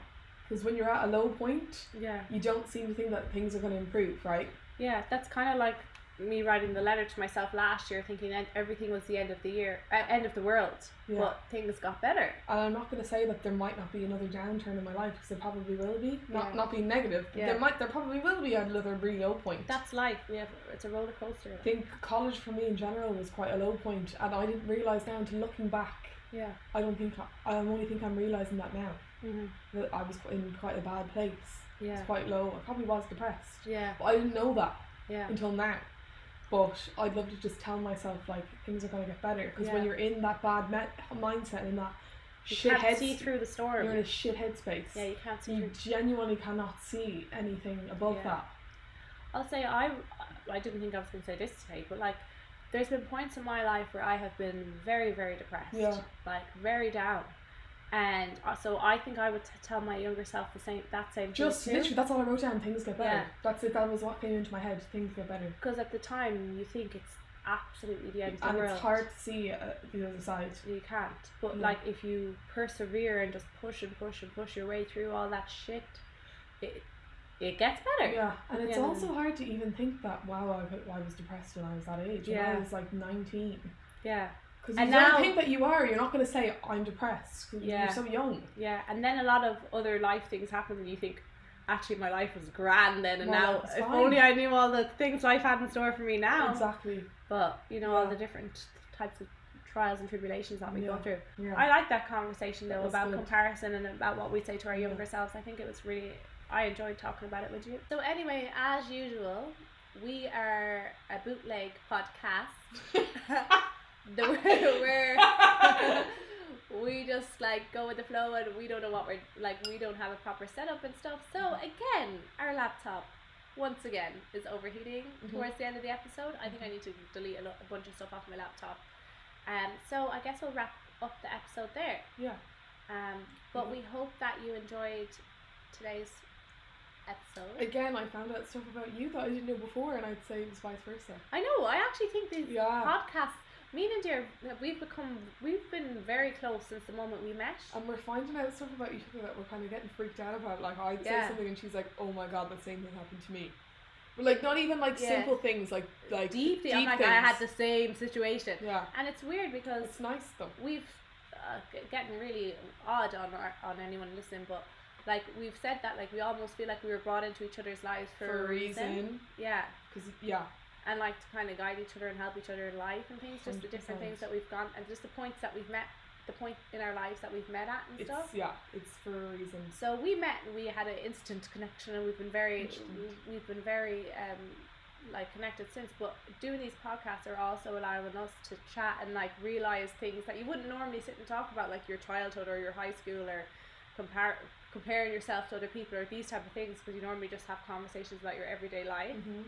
because when you're at a low point,
yeah,
you don't seem to think that things are going to improve, right?
yeah. That's kind of like me writing the letter to myself last year, thinking that everything was the end of the year, uh, end of the world,
Yeah.
but things got better.
And I'm not going to say that there might not be another downturn in my life because there probably will be. Not
Yeah.
not being negative, but
Yeah.
there might there probably will be another really low point.
That's life. We have it's a roller coaster.
I think college for me in general was quite a low point, and I didn't realize now until looking back.
Yeah.
I don't think I only think I'm realizing that now
Mm-hmm.
that I was in quite a bad place.
Yeah.
It's quite low. I probably was depressed,
Yeah.
but I didn't know that
Yeah.
until now. But I'd love to just tell myself like things are gonna get better because
Yeah.
when you're in that bad me- mindset and that
You
shit
can't
head,
see through the storm.
you're Mm. in a shit headspace.
yeah, you can't see.
You
Through.
genuinely cannot see anything above
Yeah.
that.
I'll say I. I didn't think I was going to say this today, but like, there's been points in my life where I have been very, very depressed.
Yeah.
Like very down, and uh, so I think I would t- tell my younger self the same that same
Just
thing
literally, that's all I wrote down. Things get better.
Yeah.
That's it. That was what came into my head. Things get better.
because at the time you think it's absolutely the end of
and
the world.
it's hard to see uh, the other side.
You can't. But
No.
like if you persevere and just push and push and push your way through all that shit, it it gets better.
Yeah, and it's
Yeah.
also hard to even think that wow, I, I was depressed when I was that age. When
Yeah.
I was like nineteen.
Yeah.
Because
And
you
now-
don't think that you are. You're not going to say I'm depressed. 'cause
Yeah.
You're so young.
Yeah, and then a lot of other life things happen, and you think, actually, my life was grand then, and
My
now
life was
if
fine.
only I knew all the things life had in store for me now.
Exactly.
But you know all
Yeah.
the different types of trials and tribulations that we go
Yeah.
through.
Yeah.
I like that conversation though
That was
about
good.
comparison and about what we say to our
Yeah.
younger selves. I think it was really I enjoyed talking about it with you. So anyway, as usual, we are a bootleg podcast. the, we're we just like go with the flow and we don't know what we're like we don't have a proper setup and stuff so again our laptop once again is overheating
Mhm.
towards the end of the episode i think i need to delete a, lo- a bunch of stuff off my laptop um so i guess we'll wrap up the episode there
yeah.
um but
Mhm.
we hope that you enjoyed today's episode
Again, I found out stuff about you that I didn't know before, and I'd say it was vice versa.
i know i actually think these
Yeah.
podcasts me and dear we've become we've been very close since the moment we met
And we're finding out stuff about each other that we're kind of getting freaked out about. Like, I'd
Yeah.
say something, and she's like, oh my god, the same thing happened to me. But, like, not even like
Yeah.
simple things, like, like
deeply. I'm like,
things.
I had the same situation.
Yeah.
And it's weird because
It's nice though.
we've uh, g- getting really odd on our, on anyone listening, but like we've said that like we almost feel like we were brought into each other's lives for, a reason. Yeah,
Because, yeah.
and like to kind of guide each other and help each other in life and things, just the different
100%.
things that we've gone and just the points that we've met, the point in our lives that we've met at and
It's,
stuff.
yeah. It's for a reason.
So we met and we had an instant connection, and we've been very,
Instant.
we- we've been very um, like connected since. But doing these podcasts are also allowing us to chat and like realize things that you wouldn't normally sit and talk about, like your childhood or your high school or compare comparing yourself to other people or these type of things because you normally just have conversations about your everyday life.
hmm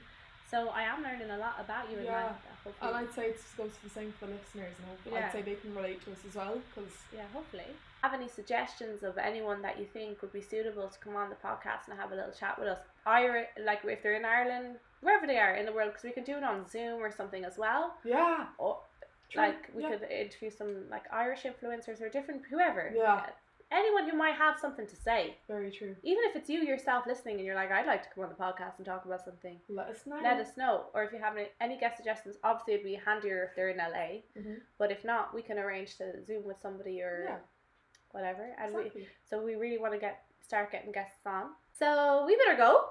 So I am learning a lot about you and
Yeah.
like, hopefully,
And I'd say it's goes to the same for the listeners, and hopefully
Yeah.
I'd say they can relate to us as well. Because
yeah, hopefully. Have any suggestions of anyone that you think would be suitable to come on the podcast and have a little chat with us? Ira, like if they're in Ireland, wherever they are in the world, because we can do it on Zoom or something as well.
yeah,
Or
true,
like we
yeah.
could interview some like Irish influencers or different whoever.
Yeah.
Anyone who might have something to say,
very true.
even if it's you yourself listening and you're like, I'd like to come on the podcast and talk about something.
Let us know.
Let us know, or if you have any, any guest suggestions, obviously it'd be handier if they're in LA.
Mhm.
But if not, we can arrange to Zoom with somebody or
Yeah,
whatever. And we,
exactly.
so we really want to get start getting guests on. So we better go.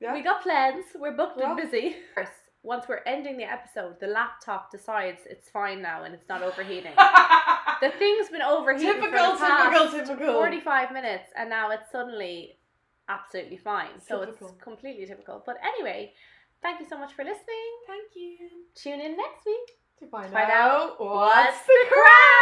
Yeah.
We got plans. We're booked
Well.
and busy. First, once we're ending the episode, the laptop decides it's fine now and it's not overheating. the thing's been overheating
typical,
for the past
typical, typical.
forty-five minutes, and now it's suddenly absolutely fine. So
Typical.
it's completely typical. But anyway, thank you so much for listening.
Thank you.
Tune in next week
To find,
to find
out,
out what's the crack.